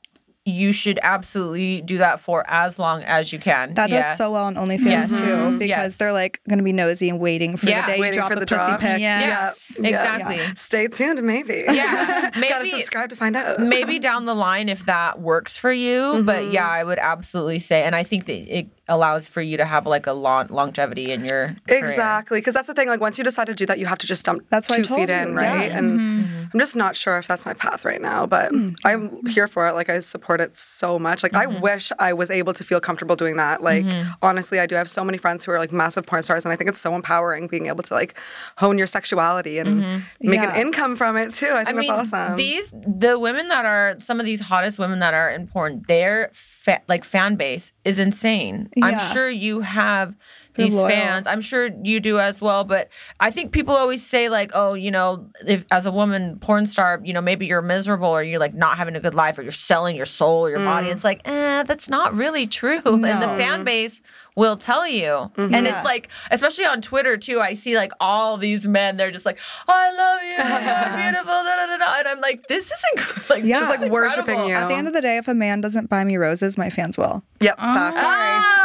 B: you should absolutely do that for as long as you can.
D: That
B: Yeah.
D: does so well on OnlyFans
B: Yes.
D: too, because
B: Yes.
D: they're like going to be nosy and Mm-hmm. waiting for
B: Yeah.
D: the day you
C: Waiting
D: drop
C: for
D: a
C: the
D: pussy
C: drop.
D: pic.
B: Yes,
C: Yeah.
B: exactly.
C: Stay tuned, maybe.
B: Yeah.
C: Gotta
B: Maybe-
C: subscribe to find out.
B: Maybe down the line if that works for you, but
D: Mm-hmm.
B: yeah, I would absolutely say, and I think that it allows for you to have like a long longevity in your career.
C: Exactly, because that's the thing. Like once you decide to do that, you have to just dump
D: That's why I
C: two
D: told
C: feet
D: you,
C: in,
D: yeah. Mm.
C: right? And
B: Mm-hmm.
C: I'm just not sure if that's my path right now, but I'm here for it. Like I support it so much. Like
B: Mm-hmm.
C: I wish I was able to feel comfortable doing that. Like honestly, I do have so many friends who are like massive porn stars, and I think it's so empowering being able to like hone your sexuality and make
D: Yeah.
C: an income from it too. I think that's awesome.
B: Mm-hmm. These the women that are some of these hottest women that are in porn, their fa- like fan base is insane. I'm
D: Yeah.
B: sure you have
D: They're
B: these
D: loyal.
B: fans. I'm sure you do as well. But I think people always say like, oh, you know, if as a woman porn star, you know, maybe you're miserable or you're like not having a good life or you're selling your soul or
C: Mm.
B: your body. It's like, eh, that's not really true. And the
D: No.
B: fan base will tell you.
C: Mm-hmm.
B: And it's like, especially on Twitter too, I see like all these men, they're just like, oh, I love you. You're beautiful. Da, da, da, da. And I'm like, this is inc- like,
D: Yeah.
B: this
D: Just,
B: is
C: like, worshiping
B: incredible.
C: you.
D: At the end of the day, if a man doesn't buy me roses, my fans will.
C: yep. facts.
B: Oh,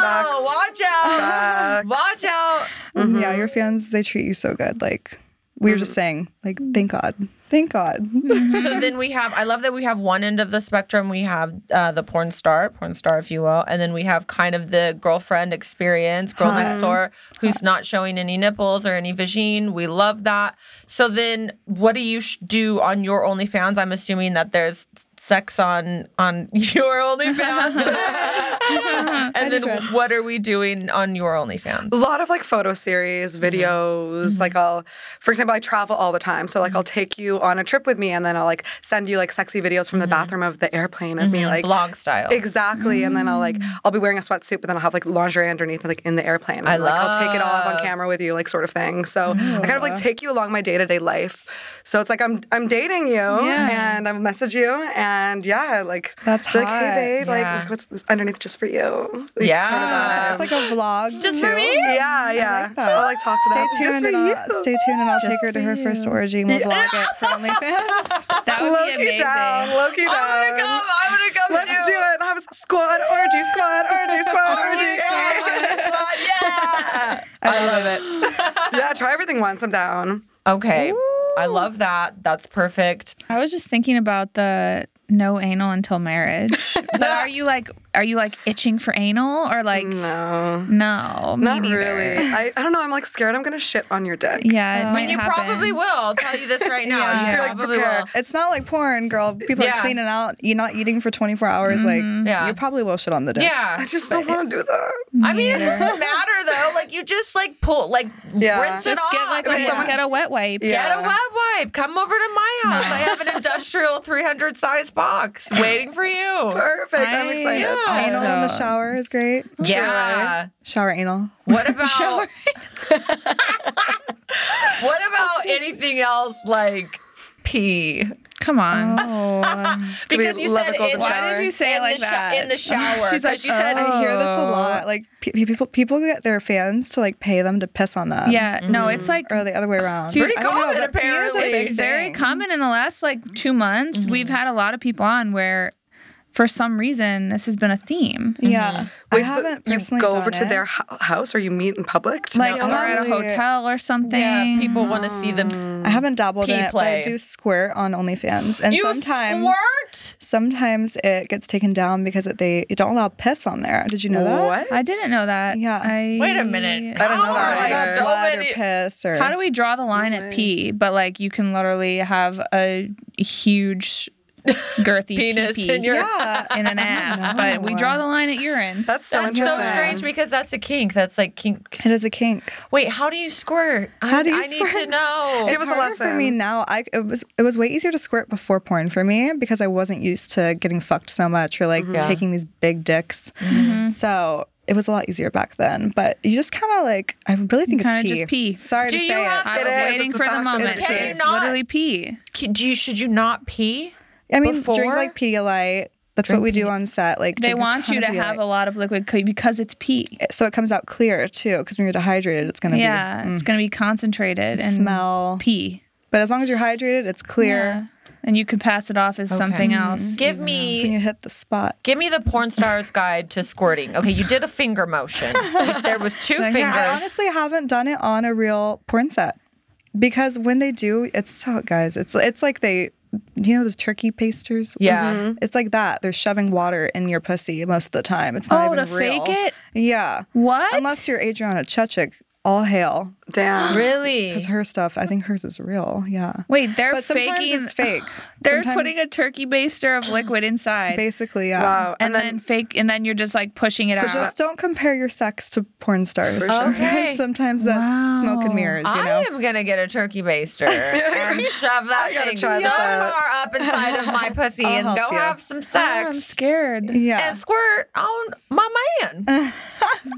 B: watch
C: Facts.
B: out.
C: Facts.
B: Watch out. Mm-hmm.
D: Yeah, your fans, they treat you so good. Like, we were just saying, like, thank God. Thank God.
B: so then we have i love that we have one end of the spectrum we have uh, the porn star porn star if you will and then we have kind of the girlfriend experience girl next door who's not showing any nipples or any vagine we love that so then what do you sh- do on your onlyfans i'm assuming that there's sex on on your onlyfans and then
D: dread.
B: what are we doing on your onlyfans
C: a lot of like photo series,
B: Mm-hmm.
C: videos. Like I'll, for example, I travel all the time, so like I'll
B: Mm-hmm.
C: take you on a trip with me, and then I'll like send you like sexy videos from the bathroom of the airplane of me like
B: Mm-hmm. blog Mm. style
C: exactly, and then I'll like I'll be wearing a sweatsuit, but then I'll have like lingerie underneath, like in the airplane. And,
B: I
C: like, I'll take it off on
B: love.
C: camera with you, like sort of thing. So I kind of like take you along my day to day life. So it's like I'm I'm dating you,
A: Yeah.
C: and I'll message you, and yeah, like
D: That's
C: be like
D: hot.
C: hey babe,
B: Yeah.
C: like what's this underneath just for you? Like,
B: yeah
C: sort of that.
D: It's like a vlog.
B: just
D: too.
B: for me
C: Yeah, yeah.
D: like that.
C: I'll like talk to
D: Stay
C: them.
D: tuned, and
C: Just
D: I'll, stay tuned, and I'll take her to her
A: for
D: first orgy, and we'll vlog it for OnlyFans.
A: That would be
C: Loki
A: amazing.
C: down, Loki down.
B: i would have come i would have come
C: Let's
B: too.
C: do Oh it. Have a squad orgy, squad orgy, squad orgy.
B: yeah. I love it.
C: yeah, try everything once. I'm down.
B: Okay. I love that. That's perfect.
A: I was just thinking about the no anal until marriage. but are you like are you like itching for anal or like
D: Mm.
C: No.
A: no, me
C: Not
A: neither.
C: really. I, I don't know. I'm like scared I'm gonna shit on your dick.
A: Yeah, it
D: I
A: might
B: And you
A: happen.
B: probably will. I'll tell you this right now.
A: Yeah.
B: You
A: You're,
C: like,
B: probably
C: prepared.
B: will.
D: It's not like porn, girl. People
B: Yeah. Mm-hmm.
D: are cleaning out. You're not eating for 24 hours. Like,
B: Yeah.
D: you probably will shit on the dick.
B: Yeah.
C: I just don't want to do that.
B: I mean, it doesn't matter though. Like you just like pull, like
C: Yeah.
B: rinse it
A: Just
B: off.
A: get like a,
B: and
C: someone-
A: get a wet wipe.
C: Yeah.
B: Get a wet wipe. Come over to my house. I have an industrial 300 size box waiting for you.
C: Perfect. I, am
A: I-
C: excited.
B: Yeah.
D: Anal in the
A: So-
D: shower is great.
B: Yeah.
D: Shower anal.
B: What about what about anything else like pee?
A: Come on.
D: Oh,
C: we
B: Because you
C: love
B: said
C: a golden
B: in
A: Why
B: the-
A: did you say it
B: in
A: like
B: the sho-
A: that?
B: in the shower?
A: She's like,
B: 'Cause you said-
D: I hear this a
A: "Oh."
D: lot. Like pe- pe- people, people get their fans to like pay them to piss on them.
A: Yeah, no,
B: Mm-hmm.
A: it's like
D: or the other way around.
A: Dude,
D: I don't know,
B: common,
D: but pee is a
B: apparently.
D: big
A: it's very
D: thing.
A: common in the last like two months.
B: Mm-hmm.
A: We've had a lot of people on where, for some reason, this has been a theme.
D: Yeah,
C: Mm-hmm. Wait,
D: I
C: so
D: haven't
C: you
D: personally
C: go over
D: done
C: to
D: it.
C: their ho- house or you meet in public? To
A: Like,
C: know
A: or
C: them?
A: at a
D: Probably-
A: hotel or something.
B: Yeah, people want to see them.
D: I haven't dabbled
B: Pee
D: in it, but
B: play.
D: I do squirt on OnlyFans, and
B: You
D: sometimes
B: squirt.
D: sometimes it gets taken down because it, they you don't allow piss on there. Did you know that?
C: What?
A: I didn't know that.
D: Yeah.
A: I,
B: Wait a minute.
C: I didn't know
B: How are,
C: that
B: like,
C: either.
B: so
D: blood
B: many-
D: or piss or
A: How do we draw the line at pee? But like, you can literally have a huge, girthy
B: Penis
A: pee-pee
B: in your-
D: yeah.
A: in an ass, but we draw the line at urine.
C: That's so
B: That's so
C: interesting.
B: strange because that's a kink. That's like kink.
D: It is a kink.
B: Wait, how do you squirt? I,
D: How do you
B: I need to
D: squirt?
B: know.
C: Give us a
D: harder for me
C: lesson.
D: now. I it was it was way easier to squirt before porn for me because I wasn't used to getting fucked so much or like
B: Mm-hmm. Yeah.
D: taking these big dicks.
A: Mm-hmm.
D: So it was a lot easier back then. But you just kind of like I really think it's
A: kinda
D: pee.
A: just pee.
D: Sorry
B: Do
D: to
B: you
D: say
B: have-
D: it.
A: I
C: It
A: was
C: is,
A: waiting
C: it's a
A: for the
C: fact,
A: moment.
C: it's
A: It's,
C: true.
B: Not-
A: literally pee.
B: Can- do you should you not pee?
D: I mean,
B: before?
D: drink like Pedialyte. That's what we do on set. Like
A: They
D: drink a
A: want
D: ton
A: you
D: of
A: to have
D: Pedialyte.
A: a lot of liquid co- because it's pee.
D: so it comes out clear too because when you're dehydrated it's going to
A: yeah, it's gonna be concentrated
D: be
A: and
D: mm. smell
A: pee.
D: but as long as you're hydrated it's
A: Yeah.
D: clear
A: And you could pass it off as something else.
B: Give
D: It's when
B: me
D: you hit the spot
B: give me the porn star's guide to squirting. Okay, you did a finger motion. there was two
A: Like, yeah,
B: fingers.
A: I
D: i honestly haven't done it on a real porn set because when they do it's so guys it's it's like they you know those turkey pasters Mm-hmm.
B: Yeah.
A: Mm-hmm.
D: it's like that they're shoving water in your pussy most of the time it's not
A: Oh,
D: even
A: to
D: real.
A: fake it?
D: yeah
A: What?
D: unless you're adriana chechik all hail
C: Damn.
B: really?
D: because her stuff i think hers is real yeah
A: Wait, they're
D: but sometimes
A: faking.
D: it's fake
A: They're
D: Sometimes-
A: putting a turkey baster of liquid inside,
D: basically yeah
C: Wow.
A: and, then, fake, and then you're just like pushing it
D: So
A: out.
D: just don't compare your sex to porn stars.
B: sure. Okay.
D: Sometimes that's smoke and mirrors, you know?
B: I am gonna get a turkey baster and shove that thing so
C: try this out.
B: far up inside of my pussy
D: I'll
B: and
D: help
B: go
D: you.
B: have some
A: Ah, I'm
B: sex
A: scared.
D: yeah.
B: and squirt on my man.
D: Uh.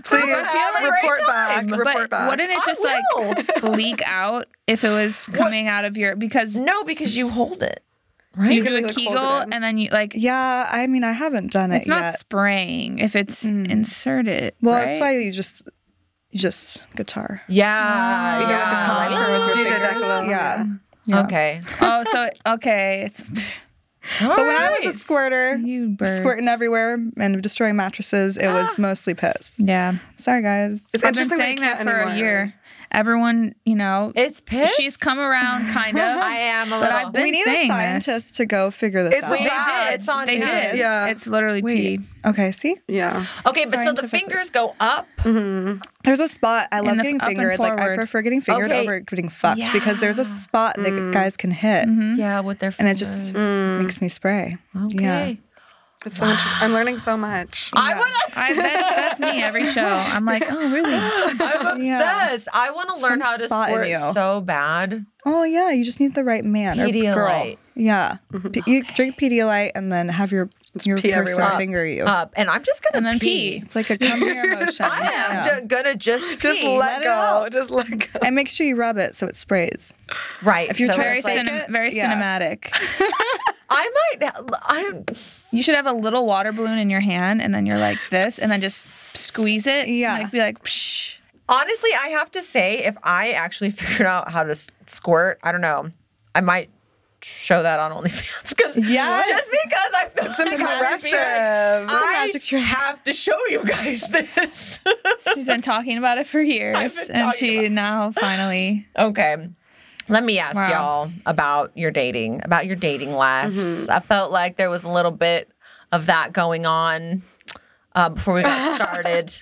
C: Please
B: have a great
C: report back.
B: time.
C: Report
A: but
C: back.
A: wouldn't it
B: I
A: just like leak out if it was coming out of your because
B: No, because you hold it.
A: so you
C: can,
A: do a
C: like, hold it
A: Kegel
C: in.
A: and then you like
D: yeah, I mean, I haven't done it
A: it's not
D: yet.
A: spraying if it's inserted.
D: well,
A: right?
D: that's why you just, you just guitar.
B: Yeah.
A: Wow. You go with the
B: yeah.
D: collector with
C: DJ
D: your fingers.
C: Declan,
D: Yeah.
C: yeah.
D: Yeah.
B: Okay.
A: oh, so okay, it's
D: But when I was a squirter,
A: you birds.
D: squirting everywhere and destroying mattresses, it was
A: Ah.
D: mostly piss.
A: Yeah,
D: Sorry, guys.
C: It's
A: I've been
C: interesting
A: saying
C: we can't
A: that for
C: anymore.
A: a year. Everyone, you know,
B: it's piss.
A: she's come around kind
D: uh,
A: of.
B: I am a
A: but
B: little.
A: I've been
D: we need a
A: saying
D: scientist
A: this.
D: to go figure this
C: It's
D: out.
A: They
C: Yeah,
A: did.
B: it's on
A: they
B: you.
A: did.
C: Yeah.
A: It's literally pee.
D: Wait. Okay, see?
C: Yeah.
B: okay, but so the
D: scientifically. Mm-hmm.
B: fingers go up.
D: There's a spot I love
A: the f-
D: getting
A: up and
D: fingered. Like I
A: forward.
D: prefer getting fingered
B: Okay.
D: over getting fucked because there's a spot that
A: Mm.
D: guys can hit,
A: Mm-hmm.
B: Yeah, with their
D: and it
B: fingers.
D: just makes me spray.
B: okay.
D: Yeah.
C: It's so interesting. I'm learning so much.
B: I want to.
A: I, that's, that's me every show. I'm like, oh really?
B: I'm obsessed.
D: Yeah.
B: I want to learn
D: Some
B: how to
D: spot in
B: squirt
D: you.
B: so bad.
D: Oh yeah, you just need the right man or girl.
B: Pedialyte. Mm-hmm.
D: Yeah, P- you drink Pedialyte and then have your your
C: pee
D: person
C: everywhere.
D: finger you.
B: Up, and I'm just gonna
A: And then
B: pee.
A: pee.
D: It's like a come here motion.
B: Uh, I am
D: Yeah.
B: ju- gonna just pee.
C: Just let,
D: it
C: go.
D: out.
C: Just let go.
D: And make sure you rub it so it sprays.
B: right.
D: If you're
B: so
D: trying
A: Very
B: it's like,
D: fake
A: cinem-
D: it?
A: very
D: Yeah.
A: cinematic.
B: I might. I
A: You should have a little water balloon in your hand, and then you're like this, and then just squeeze it. and,
D: Yeah.
A: like be like, Psh.
B: honestly, I have to say, if I actually figured out how to s- squirt, I don't know. I might show that on OnlyFans because
D: Yes.
B: just because I feel like I have to be
C: impressive.
B: like,
C: It's
D: a
B: I
D: magic trick.
B: have to show you guys this.
A: she's been talking about it for years,
B: been
A: and
B: talking about
A: she now finally.
B: Okay. Let me ask
A: Wow.
B: y'all about your dating, about Mm-hmm. your dating lives. I felt like there was a little bit of that going on uh, before we got started.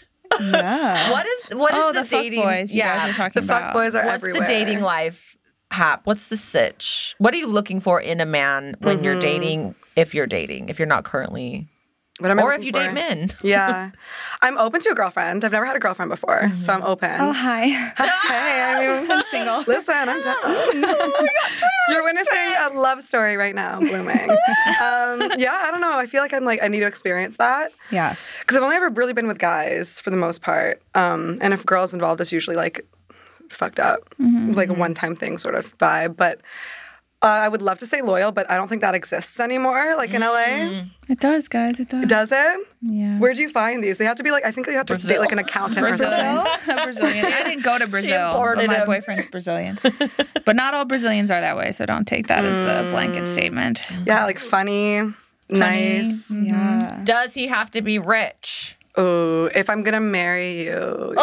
D: Yeah.
B: What is what is
A: oh,
B: the,
A: the, fuck
B: dating?
A: boys you guys are talking
C: The
A: about.
C: fuck boys are
B: What's
C: everywhere.
B: the dating life hap? What's the sitch? What are you looking for in a man when you're dating? If you're dating, if you're not currently,
C: What am I
B: or if
C: looking
B: you
C: for?
B: date men,
C: Yeah. I'm open to a girlfriend. I've never had a girlfriend before,
B: Mm-hmm.
C: so I'm open.
D: Oh hi.
C: hey, I mean,
D: I'm single.
C: listen, I'm down.
B: Oh
C: You're witnessing a love story right now, blooming. um, yeah, I don't know. I feel like I'm like, I need to experience that.
D: Yeah.
C: Because I've only ever really been with guys for the most part. Um, and if girls involved, it's usually like fucked up, like a one time thing sort of vibe. But uh, I would love to say loyal, but I don't think that exists anymore, like in LA.
A: It does, guys. It does.
C: Does it?
A: Yeah.
C: Where do you find these? They have to be like, I think they have to date like an accountant or something.
A: Brazil? A Brazilian. I didn't go to Brazil.
B: imported
A: But my
B: him.
A: boyfriend's Brazilian. but not all Brazilians are that way, so don't take that as the blanket statement.
C: Yeah, like funny, nice.
A: Mm.
D: Yeah.
B: does he have to be rich?
C: Oh, if I'm gonna marry you.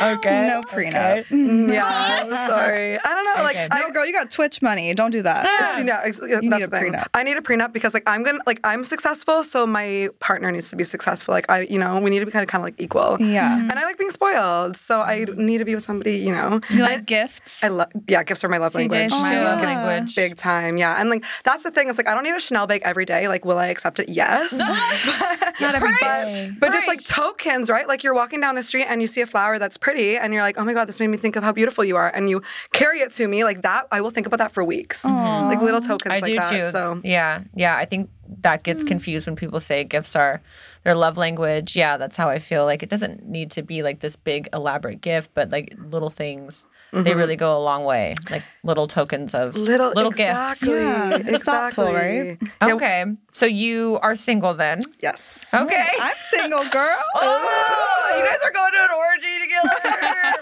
B: Okay,
D: No prenup.
C: Yeah, I'm sorry. I don't know. Like,
B: Okay.
C: I,
D: No, girl, you got Twitch money. Don't do that.
C: It's- No, ex- that's
D: need
C: the
D: a
C: thing.
D: prenup.
C: I need a prenup because like I'm gonna like I'm successful, so my partner needs to be successful. Like I, you know, we need to be kind of kind of like equal.
D: Yeah.
B: Mm-hmm.
C: And I like being spoiled, so I need to be with somebody. You know,
A: You like gifts?
C: I love yeah. Gifts are my love
A: Jay's
C: language. my
A: too.
C: love
D: Yeah.
C: language, big time. Yeah, and like that's the thing. It's like I don't need a Chanel bag every day. Like, will I accept it? Yes.
A: not every
C: But, but just like tokens, right? Like you're walking down the street and you see a flower that's pretty, and you're like, oh my god, this made me think of how beautiful you are, and you carry it to me like that. I will think about that for weeks, like little tokens
B: I
C: like
B: do
C: that.
B: too.
C: So Mm.
B: yeah, yeah. I think that gets confused when people say gifts are their love language. Yeah, that's how I feel. Like it doesn't need to be like this big elaborate gift, but like little things. They really go a long way, like little tokens of
C: Mm-hmm. little
B: little gifts.
C: exactly,
D: Yeah,
C: exactly.
D: it's thoughtful, right?
B: Okay, so you are single then?
C: Yes.
B: Okay.
D: I'm single, girl.
B: Oh, you guys are going to an orgy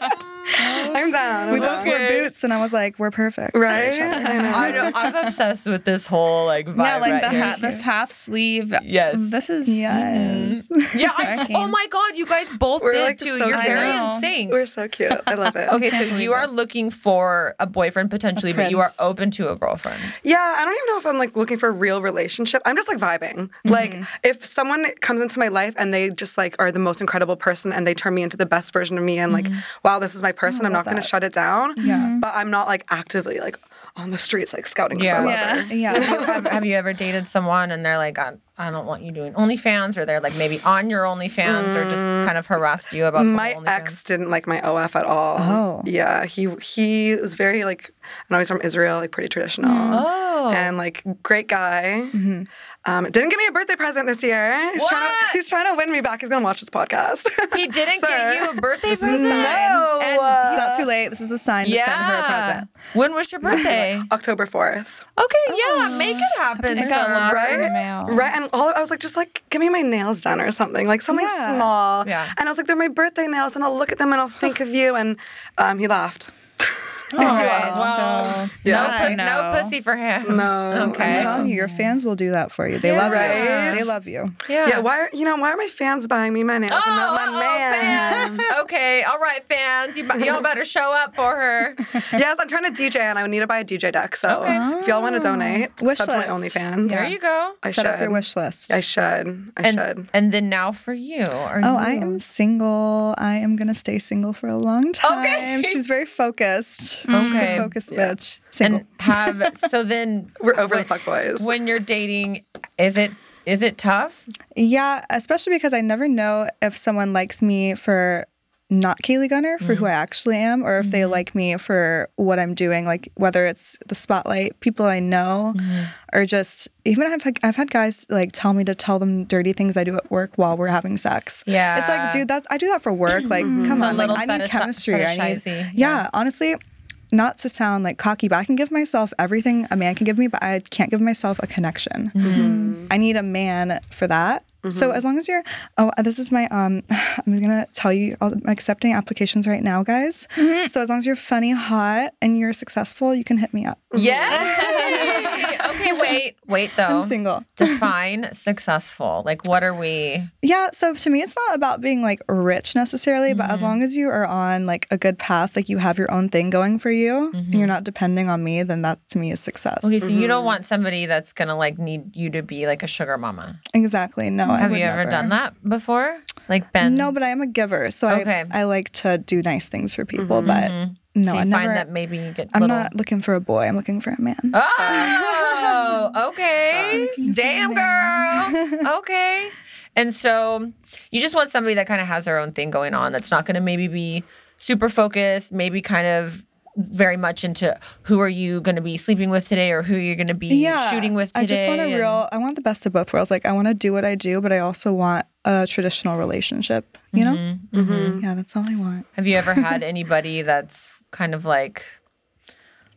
B: together.
C: I'm down. I'm
D: We
C: down.
D: both wore boots, and I was like, we're perfect. for each
C: Right?
D: other.
C: I know.
B: I know. I'm obsessed with this whole like vibe.
A: yeah, like
B: right
A: the
B: here.
A: ha- this half sleeve.
B: Yes.
A: This is.
D: Yes.
B: Yeah. I,
A: Cracking.
B: oh my god, you guys both
C: We're,
B: did
C: like,
B: too.
C: so
B: You're very
A: cute.
B: in sync.
C: We're so cute. I love it.
B: Okay,
A: Can't
B: so
A: believe
B: you are
A: this.
B: looking for a boyfriend potentially, but you are
D: prince.
B: open to a girlfriend.
C: Yeah, I don't even know if I'm like looking for a real relationship. I'm just like vibing. Like if someone comes into my life and they just like are the most incredible person and they turn me into the best version of me and like, wow, this is my person. I'm not going to shut it down. Yeah. But I'm not like actively like on the streets like scouting
B: Yeah.
C: for a
A: Yeah.
C: lover.
B: Mm.
D: Yeah.
B: have, have you ever dated someone and they're like, I, I don't want you doing OnlyFans, or they're like maybe on your OnlyFans, or just kind of harassed you about the
C: My
B: whole OnlyFans?
C: ex didn't like my OF at all.
D: Oh.
C: Yeah, he he was very like I know he's from Israel, like pretty traditional.
D: Hmm.
B: Oh.
C: And like great guy.
D: Mm-hmm.
C: Um, didn't give me a birthday present this year. He's trying to
B: What?
C: he's trying to win me back. He's gonna watch this podcast.
B: He didn't
C: Sir.
B: get you a birthday present.
C: No.
B: And-
D: It's not too late. This is a sign to
B: yeah.
D: send her a present.
B: When was your birthday?
C: October 4th.
B: Okay, yeah, make it happen.
A: It got
B: Sarah.
A: lost in the
C: Right?
A: mail.
C: Right. And all I was like, just like, give me my nails done or something, like something
D: Yeah.
C: small.
B: Yeah.
C: And I was like, they're my birthday nails, and I'll look at them and I'll think of you. And um, he laughed.
B: All right.
A: Well,
B: no,
A: not
B: pu-
A: to
B: no
A: know.
B: pussy for him.
C: No.
D: I'm
B: Okay.
D: telling you, your fans will do that for you. They love
C: right?
D: you. They love you.
C: Yeah. why are you know why are my fans buying me my nails
B: Oh,
C: and not
B: uh-oh,
C: my man?
B: fans. okay, all right, fans. You, bu- y'all better show up for her.
C: yes, I'm trying to DJ and I need to buy a DJ deck. So if y'all want to donate,
D: Wish
C: sub to my
D: list.
C: OnlyFans.
B: There you go.
C: I
D: Set
C: should.
D: up your wish list.
C: I should. I
B: and,
C: should.
B: and then now for you. Are
D: Oh,
B: you-
D: I am single. I am gonna stay single for a long time. She's very focused. She's
B: Okay.
D: a focused bitch. Single.
B: And have so then
C: We're over
B: when-
C: the fuckboys.
B: When you're dating, is it is it tough?
D: yeah, especially because I never know if someone likes me for not Kaylee Gunner for who I actually am, or if they like me for what I'm doing, like whether it's the spotlight, people I know, or just even I've had, I've had guys like tell me to tell them dirty things I do at work while we're having sex.
B: Yeah. Mm-hmm.
D: it's like, dude, that's I do that for work. Like, come
B: It's a
D: on, like
B: little
D: I need
B: fetish-
D: chemistry. I need,
B: fetishizy,
D: yeah.
B: yeah.
D: honestly. Not to sound like cocky, but I can give myself everything a man can give me, but I can't give myself a connection.
B: Mm-hmm.
D: I need a man for that. So as long as you're, oh, this is my, um, I'm gonna tell you, all, I'm accepting applications right now, guys.
B: Mm-hmm.
D: So as long as you're funny, hot, and you're successful, you can hit me up.
B: Yeah. okay, wait, wait though.
D: I'm single.
B: Define successful. Like, what are we?
D: Yeah, so to me, it's not about being like rich necessarily, but
B: Mm-hmm.
D: as long as you are on like a good path, like you have your own thing going for you, and you're not depending on me, then that to me is success.
B: Mm-hmm. Okay, so you don't want somebody that's gonna like need you to be like a sugar mama.
D: Exactly. No, I
B: Have
D: would
B: you ever
D: never.
B: done that before? Like Ben?
D: No, but I am a giver, so
B: Okay. Mm-hmm.
D: I I like to do nice things for people, but no,
B: so you
D: I
B: find
D: never.
B: that maybe you get.
D: I'm
B: little...
D: not looking for a boy. I'm looking for a man.
B: Oh, okay. Damn, girl. Okay. And so you just want somebody that kind of has their own thing going on that's not going to maybe be super focused, maybe kind of very much into who are you going to be sleeping with today or who you're going to be
D: yeah,
B: shooting with today.
D: I just want a
B: and-
D: real. I want the best of both worlds. Like I want to do what I do, but I also want a traditional relationship. You know? Mm-hmm. Yeah, that's all I want.
B: Have you ever had anybody that's kind of like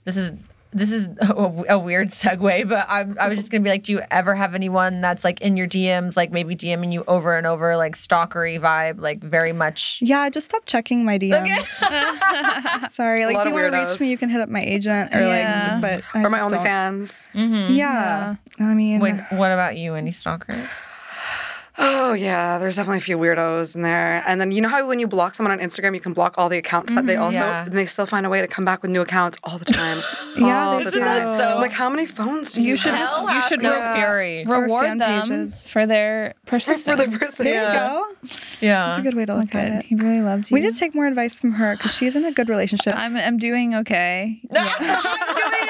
B: this is this is a, a weird segue, but I'm, I was just gonna be like, do you ever have anyone that's like in your DMs, like maybe DMing you over and over, like stalkery vibe, like very much?
D: Yeah, I just stopped checking my DMs. Sorry, like
C: lot
D: if you
C: of
D: want to reach
C: weirdos.
D: me, you can hit up my agent or
A: Yeah.
D: like, but I
C: or my
D: just don't-
C: OnlyFans.
D: Yeah. I mean,
B: Mm-hmm. Wait, what about you? Any stalkers?
C: Oh yeah, there's definitely a few weirdos in there. And then you know how when you block someone on Instagram, you can block all the accounts that they
D: Mm-hmm,
C: also
B: Yeah.
C: and they still find a way to come back with new accounts all the time.
D: Yeah,
C: all
D: they
C: the
D: do.
C: time.
B: So-
C: like how many phones do you,
A: You should
C: have?
A: just
B: Hell
A: you
B: out
A: should
B: no
A: re-
B: fury.
D: Or
A: reward
D: fan
A: them
D: pages.
A: for their
C: for
A: persistence.
C: the person.
D: there
B: Yeah.
D: you go.
B: Yeah,
D: That's a good way to
A: Look
D: look
A: at
D: at
A: He
D: it.
A: really loves you.
D: We did take more advice from her because she's in a good relationship.
A: I'm I'm doing okay.
B: I'm doing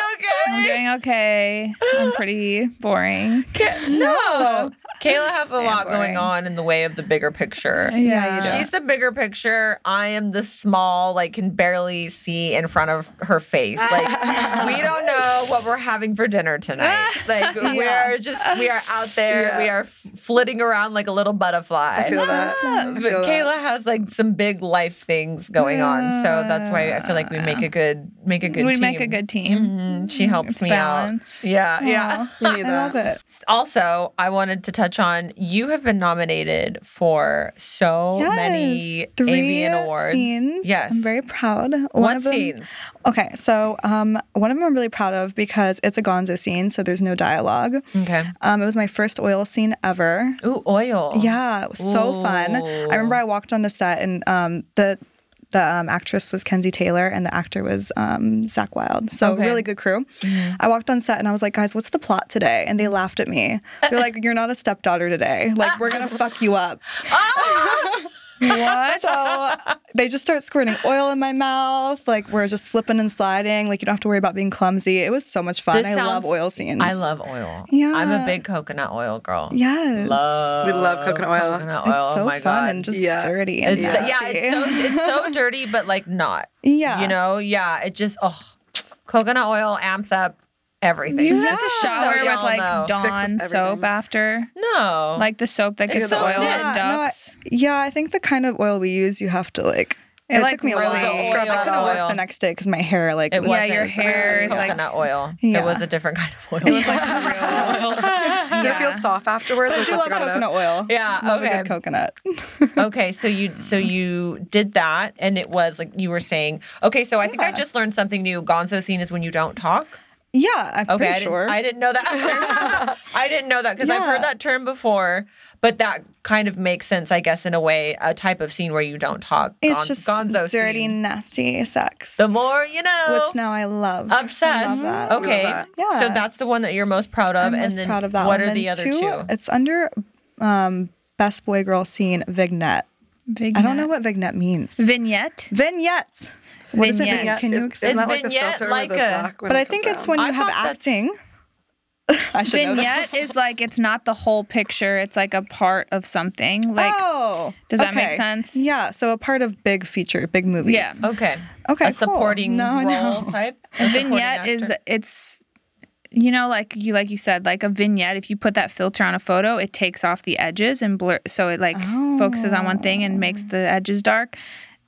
A: I'm
B: okay.
A: doing okay. I'm pretty boring.
B: Ca- no, Kayla has a lot
A: boring.
B: going on in the way of the bigger picture.
D: Yeah, you do.
B: She's the bigger picture. I am the small, like can barely see in front of her face. Like we don't know what we're having for dinner tonight. Like we're just we are out there. We
C: Yeah.
B: are f- flitting around like a little butterfly.
C: I feel that. I
B: But
C: feel that.
B: Kayla has like some big life things going on, so that's why I feel like we make a good make a good
A: we
B: team.
A: make a good team.
B: Mhm, She helps
A: It's
B: me
A: balance.
B: out. Yeah, yeah.
D: Aw,
C: You need
D: I love
C: that.
D: it.
B: Also, I wanted to touch on you have been nominated for so
D: Yes.
B: many
D: Three
B: Avian Awards.
D: Scenes.
B: Yes.
D: I'm very proud. One
B: what
D: of them,
B: scenes?
D: Okay, so um, one of them I'm really proud of because it's a gonzo scene, so there's no dialogue.
B: Okay.
D: Um, it was my first oil scene ever.
B: Ooh, oil.
D: Yeah, it was so fun.
B: Ooh.
D: I remember I walked on the set and um, the the um, actress was Kenzie Taylor and the actor was um, Zach Wilde. So
B: Okay. Mm-hmm.
D: really good crew. I walked on set and I was like, guys, what's the plot today? And they laughed at me. They're like, you're not a stepdaughter today. Like we're gonna fuck you up.
A: What?
D: So they just start squirting oil in my mouth. Like we're just slipping and sliding. Like you don't have to worry about being clumsy. It was so much fun.
B: This
D: I love
B: sounds-
D: oil scenes.
B: I love oil.
D: Yeah.
B: I'm a big coconut oil girl.
D: Yes.
B: Love
C: We love coconut oil.
B: Coconut
D: It's
B: oil. oh
D: so
B: my
D: fun
B: god.
D: and just
C: Yeah.
D: dirty. And
B: it's yeah. yeah, it's so it's so dirty, but like not.
D: Yeah.
B: You know, yeah. It just oh coconut oil amps up everything.
A: You have to
B: Ah, So
A: shower with
B: y'all
A: like
B: know.
A: Dawn
C: Fixes
A: soap
C: everything.
A: after.
B: No.
A: Like the soap that gets
B: so
A: the oil
B: thin.
A: and
D: no, I-
A: ducks.
D: yeah, I think the kind of oil we use, you have to like.
A: It,
D: It,
A: like,
D: took me a
A: really
D: while.
A: the
D: to scrub. I
B: oil
D: couldn't
B: oil.
D: work the next day because my hair like.
B: it
D: was
A: Yeah,
B: wasn't
A: your hair is, like-
B: coconut oil. It
D: Yeah.
B: was a different kind of oil.
A: It was like real oil.
C: Did it feel soft afterwards?
D: I do love coconut oil.
B: Yeah,
D: love
B: okay.
D: a good coconut.
B: okay so you so you did that and it was like you were saying okay so i think i
D: Yeah.
B: just learned something new gonzo scene is when you don't talk
D: Yeah, I'm
B: okay I
D: pretty
B: didn't,
D: sure.
B: I didn't know that i didn't know that because i've heard
D: Yeah.
B: that term before but that kind of makes sense i guess in a way a type of scene where you don't talk
D: it's
B: Gon-
D: just
B: gonzo
D: dirty,
B: scene.
D: nasty sex,
B: the more you know
D: which now I love. I love
B: obsessed
D: that.
B: okay
C: Love
D: that.
B: so
D: Yeah.
B: that's the one that you're most proud of
D: I'm
B: and
D: most
B: then
D: proud of that.
B: what
D: one.
B: are
D: And
B: the
D: then
B: other
D: two,
B: two
D: It's under um, best boy girl scene vignette.
A: Vignette.
D: I don't know what vignette means.
A: vignette.
D: Vignettes. What is it?
A: Vignette.
D: Vignette? Can you explain?
B: It's
C: Isn't that like the
B: vignette,
C: filter
B: like
C: with the
B: a-
C: black when
D: But
C: it
D: I think
C: comes
D: it's
C: down?
D: when
B: I
D: you have
B: thought that's-
D: acting. I should know that.
A: Vignette is like it's not the whole picture. It's like a part of something. Like
D: oh,
A: does that make sense?
D: Yeah, so a part of big feature, big movies.
A: Yeah.
B: okay
D: Okay,
B: a
D: cool.
B: supporting
D: No, I
B: role
D: know.
B: type A supporting
A: vignette
B: actor.
A: is it's you know like you like you said like a vignette if you put that filter on a photo it takes off the edges and blur so it like focuses on one thing and makes the
D: Oh.
A: edges dark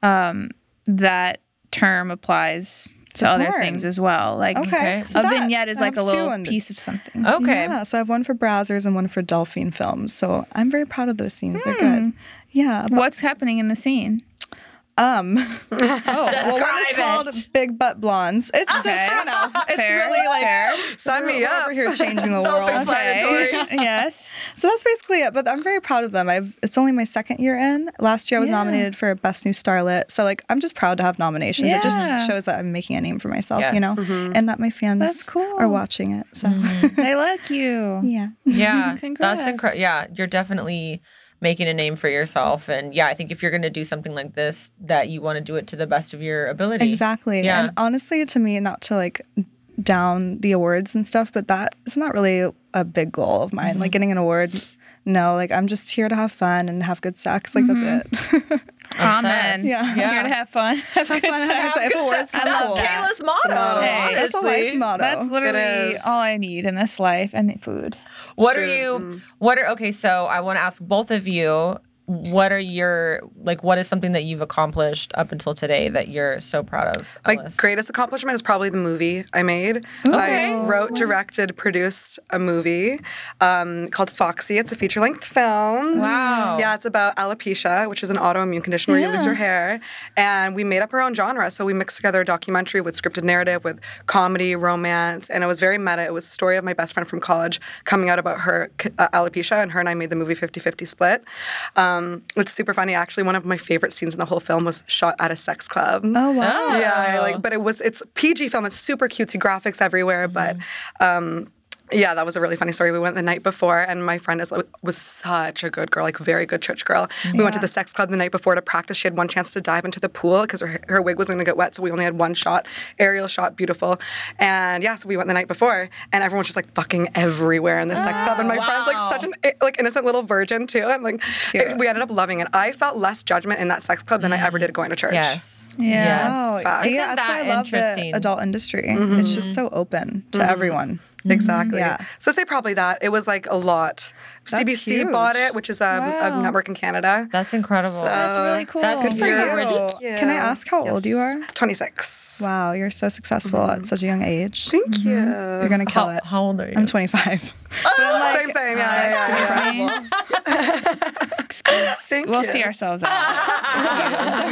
A: um that term applies to, other
D: porn.
A: things as well like
D: Okay, so
A: a
D: that-
A: vignette is
D: I
A: like a
D: have two
A: little
D: under- Oh.
A: piece of something
B: okay
D: Yeah, so I have one for browsers and one for Delphine
A: Hmm.
D: Films. So I'm very proud of those scenes. They're good. Yeah. but,
A: what's happening in the scene
D: Um,
A: Oh,
B: That's-
A: well,
D: one
B: Describe
D: is called
B: it.
D: Big Butt Blondes. It's just, you know, it's
A: Fair,
D: really like
A: fair.
C: Sign me
D: we're
C: up.
D: over here changing the world.
B: Self-explanatory.
A: yes.
D: So that's basically it. But I'm very proud of them. I've it's only my second year in. Last year I was
A: Yeah.
D: nominated for Best New Starlet. So like I'm just proud to have nominations. It
A: Yeah. Mm-hmm.
D: just shows that I'm making a name for myself, you know,
B: Yes.
D: and that my fans
A: That's cool. Mm-hmm.
D: are watching it. So
A: They like you.
D: yeah.
B: Yeah,
A: Congrats.
B: that's incredible. Yeah, you're definitely making a name for yourself, and yeah, I think if you're going to do something like this, that you want to do it to the best of your ability.
D: Exactly.
B: Yeah.
D: And honestly, to me, not to like down the awards and stuff, but that is not really a big goal of mine.
A: Mm-hmm.
D: Like getting an award. No, like I'm just here to have fun and have good sex. Like that's it.
A: Amen.
B: Obsessed. Yeah.
A: You're here to have fun. Mm-hmm. Have
D: have fun. Have sex. If awards come,
A: I love
D: cool.
A: that.
B: Kayla's motto.
A: Hey,
D: That's a life
B: honestly.
D: motto.
A: That's literally
C: is.
A: all I need in this life and food.
B: What are
C: Food,
B: you? What are okay? So I want to ask both of you. What are your like? What is something that you've accomplished up until today that you're so proud of?
C: My
B: Ellis?
C: greatest accomplishment is probably the movie I made. I wrote, directed, produced a movie um, called Foxy. It's a feature length film.
B: Wow.
C: Yeah, it's about alopecia, which is an autoimmune condition where you lose your hair. And we made up our own genre. So we mixed together a documentary with scripted narrative, with comedy, romance. And it was very meta. It was the story of my best friend from college coming out about her uh, alopecia. And her and I made the movie 50 50 split. Um, it's super funny. Actually, one of my favorite scenes in the whole film was shot at a sex club.
D: Oh wow.
C: Yeah, I like, but it was it's PG film. It's super cutesy graphics everywhere,
D: Mm-hmm.
C: but. Um, yeah, that was a really funny story. We went the night before, and my friend is, was such a good girl, like very good church girl. We went to
D: Yeah.
C: the sex club the night before to practice. She had one chance to dive into the pool because her, her wig was going to get wet, so we only had one shot, aerial shot, beautiful. And yeah, so we went the night before, and everyone was just like fucking everywhere in the sex club. And
D: Oh,
C: my friend's like
B: wow.
C: such an eh, like innocent little virgin too, and like
D: Cute. Mm.
C: we ended up loving it. I felt less judgment in that sex club than I ever did going to church.
B: Yes.
A: Yeah.
D: Wow.
C: Facts. Mm-hmm.
D: Oh, See,
B: Isn't
D: that's why I
B: that
D: love the
B: interesting?
D: adult industry. It's just so open to everyone.
C: Exactly.
D: Mm-hmm. Yeah.
C: So say probably that. It was like a lot.
D: That's
C: CBC bought
D: huge.
C: it, which is um,
A: Wow.
C: a network in Canada.
B: That's incredible.
A: That's really cool.
B: that's
D: Oh, Good for
B: You're
D: you.
B: rich-
D: Can I ask how old you are?
C: 26.
D: Wow, you're so successful at such a young age.
C: Mm-hmm. Thank you.
D: You're gonna kill
B: how,
D: it.
B: how old are you?
D: I'm 25.
C: same, same. Yeah, yeah, yeah.
A: Excuse me.
C: Thank
A: We'll
C: you.
A: see ourselves out.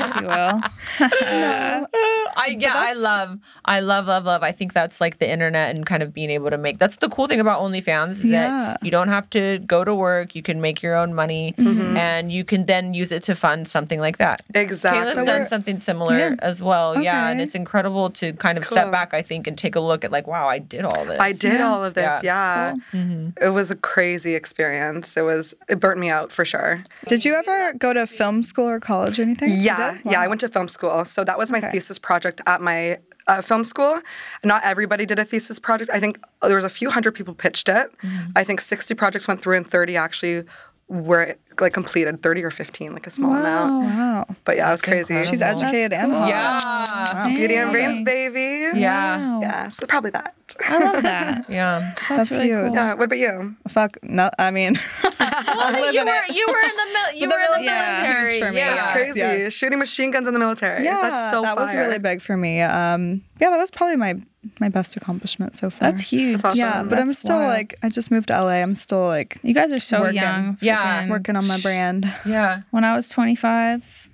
A: if you will.
B: I yeah, I love, I love, love, love. I think that's like the internet and kind of being able to make. That's the cool thing about OnlyFans is
D: Yeah.
B: that you don't have to go to work. You can make your own money, and you can then use it to fund something like that.
C: Exactly.
B: Kayla's done something similar as well. Yeah, and
D: Okay.
B: it's incredible to kind of step
C: Cool.
B: back, I think, and take a look at like, wow, I did all this.
C: I did all of this.
B: Yeah,
C: Yeah.
B: Mm-hmm.
C: It was a crazy experience. It was, it burnt me out for sure.
D: Did you ever go to film school or college or anything? You
C: Yeah,
D: did?
C: yeah.
D: Wow.
C: I went to film school, so that was my
D: Okay.
C: thesis project at my uh, film school. Not everybody did a thesis project. I think uh, there was a few hundred people pitched it.
B: Mm-hmm.
C: I think sixty projects went through, and thirty actually were like completed, thirty or fifteen, like a small amount.
D: Wow.
C: But yeah, it was crazy.
D: She's
B: That's
D: educated and hot.
B: Yeah.
C: beauty and brains,
A: Dang.
C: baby.
B: Yeah.
D: Oh.
A: Wow.
C: yeah. So probably that.
A: I love that.
B: Yeah.
A: That's,
D: That's
A: really
D: huge.
A: cool.
C: Yeah. What about you?
D: Fuck. No, I mean,
B: you were you were in the mil- you were in the
A: military.
B: military.
D: Huge for me.
B: Yeah.
D: That's
C: It's crazy.
D: yes.
C: Shooting machine guns in the military.
D: yeah,
C: That's so
D: that was
C: fire.
D: really big for me. Um, yeah, that was probably my my best accomplishment so far.
A: That's huge.
C: That's awesome.
D: Yeah, but I'm
A: That's
D: still
A: wild.
D: like, I just moved to LA. I'm still like
A: You guys are
C: Oh,
A: so
D: Working.
A: young.
B: Yeah.
A: freaking-
D: working on my brand.
B: Yeah.
A: When I was 25,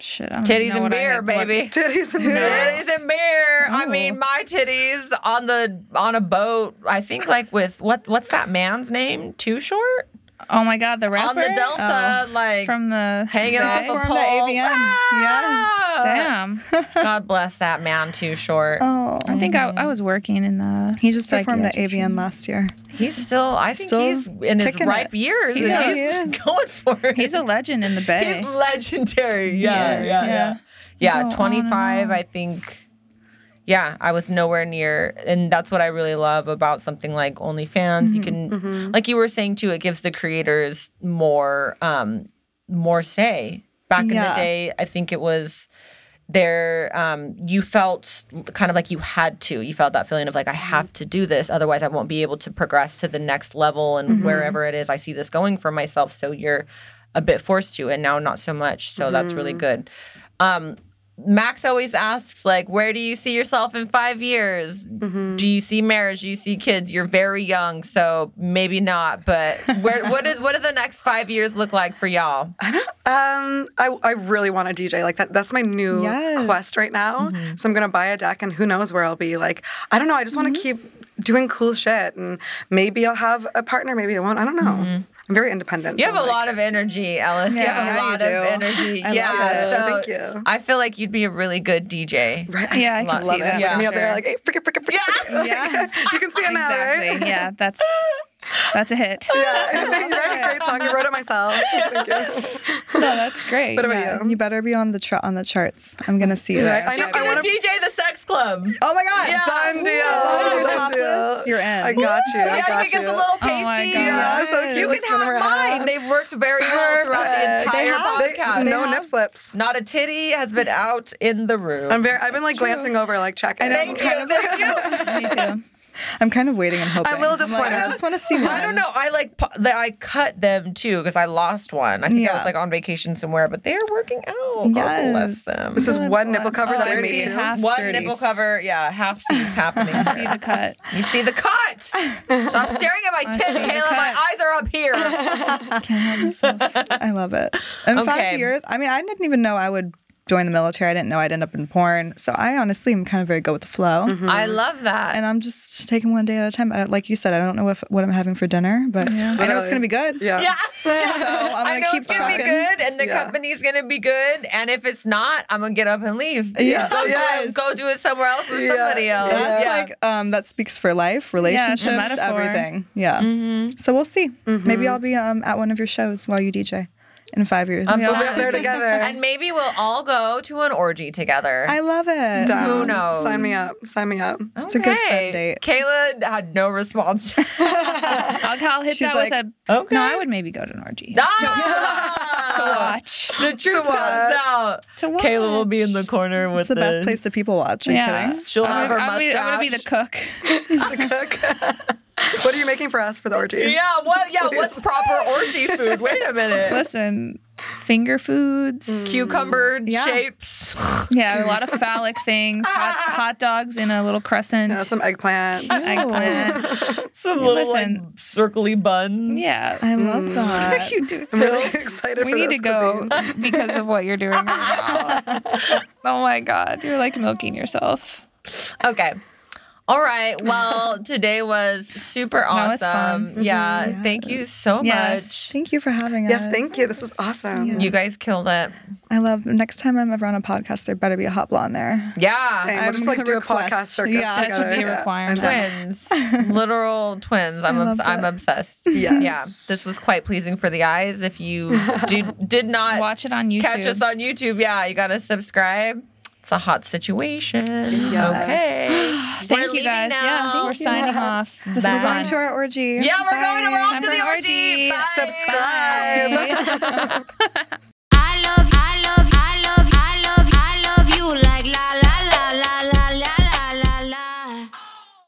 A: shit, I don't even
B: Titties
A: know
B: and
A: what I
B: beer,
A: had going-
B: baby.
C: Titties and
B: Titties and beer. I mean, my titties on the on a boat. I think like with what what's that man's name? Too short
A: Oh my god, the rapper Oh.
B: on the delta, like
A: from the
B: hanging off a
A: Day?
D: From
B: pole.
D: Oh. the AVN.
B: Ah!
A: Damn,
B: God bless that man. Too short.
D: Oh,
A: I think I, I was working in the.
D: he just performed at
A: psychiatric-
D: AVN last year.
B: He's still. I think
D: Still
B: he's in his
D: kicking
B: ripe
D: it.
B: years.
A: He's
B: and
A: a-
B: he's
D: he is.
B: going for it.
A: He's a legend in the Bay.
B: He's legendary. Yeah,
A: Yes,
B: yeah,
A: yeah.
B: yeah. Yeah,
A: Go on and
B: 25, I think. Yeah, I was nowhere near and that's what I really love about something like OnlyFans. You can like you were saying too, it gives the creators more um more say. Back in
D: Yeah.
B: the day, I think it was there um you felt kind of like you had to. You felt that feeling of like I have to do this otherwise I won't be able to progress to the next level and wherever it is I see this going for myself so you're a bit forced to and now not so much. So that's really good. Um Max always asks, like, where do you see yourself in five years? Do you see marriage? Do you see kids? You're very young, so maybe not. But where, what is what do the next five years look like for y'all?
C: Um, I, I really want a DJ. Like that that's my new
D: Yes. Mm-hmm.
C: quest right now. So I'm gonna buy a deck, and who knows where I'll be. Like I don't know. I just want to
D: Mm-hmm.
C: keep doing cool shit, and maybe I'll have a partner. Maybe I won't. I don't know.
D: Mm-hmm.
C: I'm very independent.
B: You
C: so,
B: have a
C: like,
B: lot of energy, Ellis. you
D: Yeah,
B: have a
D: yeah, you
B: lot
D: do.
B: of energy.
D: I love
B: yeah,
C: it.
B: so
C: Thank you.
B: I feel like you'd be a really good DJ.
C: Right.
A: Yeah, I can
B: Love
A: see
B: it.
A: that.
B: Yeah.
A: for
C: me up there
A: sure.
C: like, hey, freak it, freak it, freak it. freak it."
D: Yeah.
C: you can see it now,
A: exactly.
C: right?
A: Yeah, that's that's a hit.
C: Yeah, you wrote a great song. I wrote it myself. Thank you.
A: No, that's great.
C: What about
D: Yeah,
C: you?
D: you better be on the tra- on the charts. I'm gonna see you there.
C: I know. I
B: You're
C: want
B: gonna
C: to.
B: DJ the sex club.
D: Oh my god!
C: Done deal.
D: As long as
C: Done
D: you're topless,
C: deal.
D: you're in.
C: I got you. I
B: yeah,
C: got
B: you think
C: you.
B: it's a little pasty.
A: Oh my God.
C: Yeah, so
B: You
C: cute.
B: can
C: Let's spin
B: have
C: them around.
B: mine. They've worked very well throughout the
C: Perfect.
B: entire
D: They
B: podcast.
D: have-
C: no
D: They
C: nip slips.
B: Not a titty has been out in the room.
C: I'm very. I've been like glancing over, like checking.
D: know.
B: thank you, thank you.
A: Me too.
D: I'm kind of waiting and hoping.
C: I'm a little
D: like, I
C: disappointed.
D: just want to see one.
B: I don't know. I like po- the, I cut them too because I lost one. I think I
D: Yeah.
B: was like on vacation somewhere, but they're working out. God bless
D: Yes.
B: them.
C: This is
A: Good
C: one nipple
A: luck.
C: cover that I
D: Sorry.
C: made too.
A: Half
B: one
A: sturdies.
B: nipple cover. Yeah, half sees happening.
A: See the cut.
B: you see the cut. Stop staring at my
A: I
B: tits,
A: see the
B: Kayla. My
A: cut.
B: eyes are up here.
D: I love it. In
B: Okay.
D: five years, I mean, I didn't even know I would join the military. I didn't know I'd end up in porn. So I honestly am kind of very go with the flow.
C: Mm-hmm.
B: I love that.
D: And I'm just taking one day at a time. I, like you said, I don't know if, what I'm having for dinner, but I know it's going to be good.
C: Yeah.
B: Yeah.
D: I'm
B: I
D: gonna
B: know
D: keep
B: it's gonna be
D: trucking.
B: good, and the
C: Yeah.
B: company's gonna be good. And if it's not, I'm gonna get up and leave.
D: Yeah.
B: go, do it-
D: Yes.
B: go do it somewhere else with
C: Yeah.
B: somebody else.
D: That's
B: Yeah.
D: like um, that speaks for life,
A: Yeah, it's
D: relationships,
A: a metaphor.
D: everything. Yeah.
B: Mm-hmm.
D: So we'll see. Maybe I'll be um, at one of your shows while you DJ in five years.
B: I'm
C: We'll be
B: glad.
C: up there together.
B: and maybe we'll all go to an orgy together.
D: I love it.
C: Down.
B: Who knows? Oh.
C: Sign me up. Sign me up.
D: It's a good fun date.
B: Kayla had no response.
A: I'll, I'll hit
D: She's
A: that
D: like,
A: with a.
B: "Okay."
A: No, I would maybe go to an orgy.
B: Ah!
A: To watch.
B: the truth comes out.
A: To watch.
B: Kayla will be in the corner with
D: It's the best place to people watch. Are you
A: Yeah.
D: kidding?
B: She'll
A: I'm
B: have
A: gonna,
B: her
A: I'm gonna- I'm gonna be the
B: mustache.
A: cook.
C: What are you making for us for the orgy?
B: Yeah, what? Yeah, what's proper orgy food? Wait a minute.
A: Listen, finger
B: Mm.
A: foods.
B: Cucumber
D: Yeah.
B: shapes.
A: Yeah, a lot of phallic things. Hot, hot dogs in a little crescent.
C: You know, some eggplant.
A: eggplant.
B: Some little
A: Listen.
B: like circly buns.
A: Yeah.
D: I love
A: What
D: that.
A: are you doing?
C: Uh, I'm really excited
A: we
C: for
A: need
C: this
A: to go
C: cuisine.
A: because of what you're doing right now. oh my god, you're like milking yourself.
B: Okay. All right. Well, today was super awesome.
A: That was fun.
B: Yeah. Thank you so
A: Yes.
D: Thank you for having us.
C: Yes, thank you. This is awesome.
D: Yeah.
B: much. You guys killed it.
D: I love next time I'm ever on a podcast, there better be a hot blonde there.
B: Yeah.
C: Same.
D: I'm
C: We'll just like
D: gonna
C: do a
D: request.
C: podcast circuit.
D: Yeah.
A: That should
C: together.
A: be a
C: Yeah.
A: requirement.
B: twins, literal twins. I'm
D: I
B: obs-
D: loved
B: I'm
D: it.
B: obsessed.
C: Yes.
B: Yeah, this was quite pleasing for the eyes. If you did did not
A: Watch it on YouTube.
B: catch us on YouTube, yeah, you gotta subscribe. It's a hot situation. Okay. We're
A: Thank you
B: leaving
A: guys.
B: now.
A: Yeah, we're signing off. This
B: Bye.
A: is
D: We're going
A: fun.
D: to our orgy.
B: yeah, we're going.
D: Bye.
B: We're off
A: Time
B: to
A: for
B: the
A: an
B: orgy.
A: orgy.
B: Bye.
C: Subscribe.
A: Bye.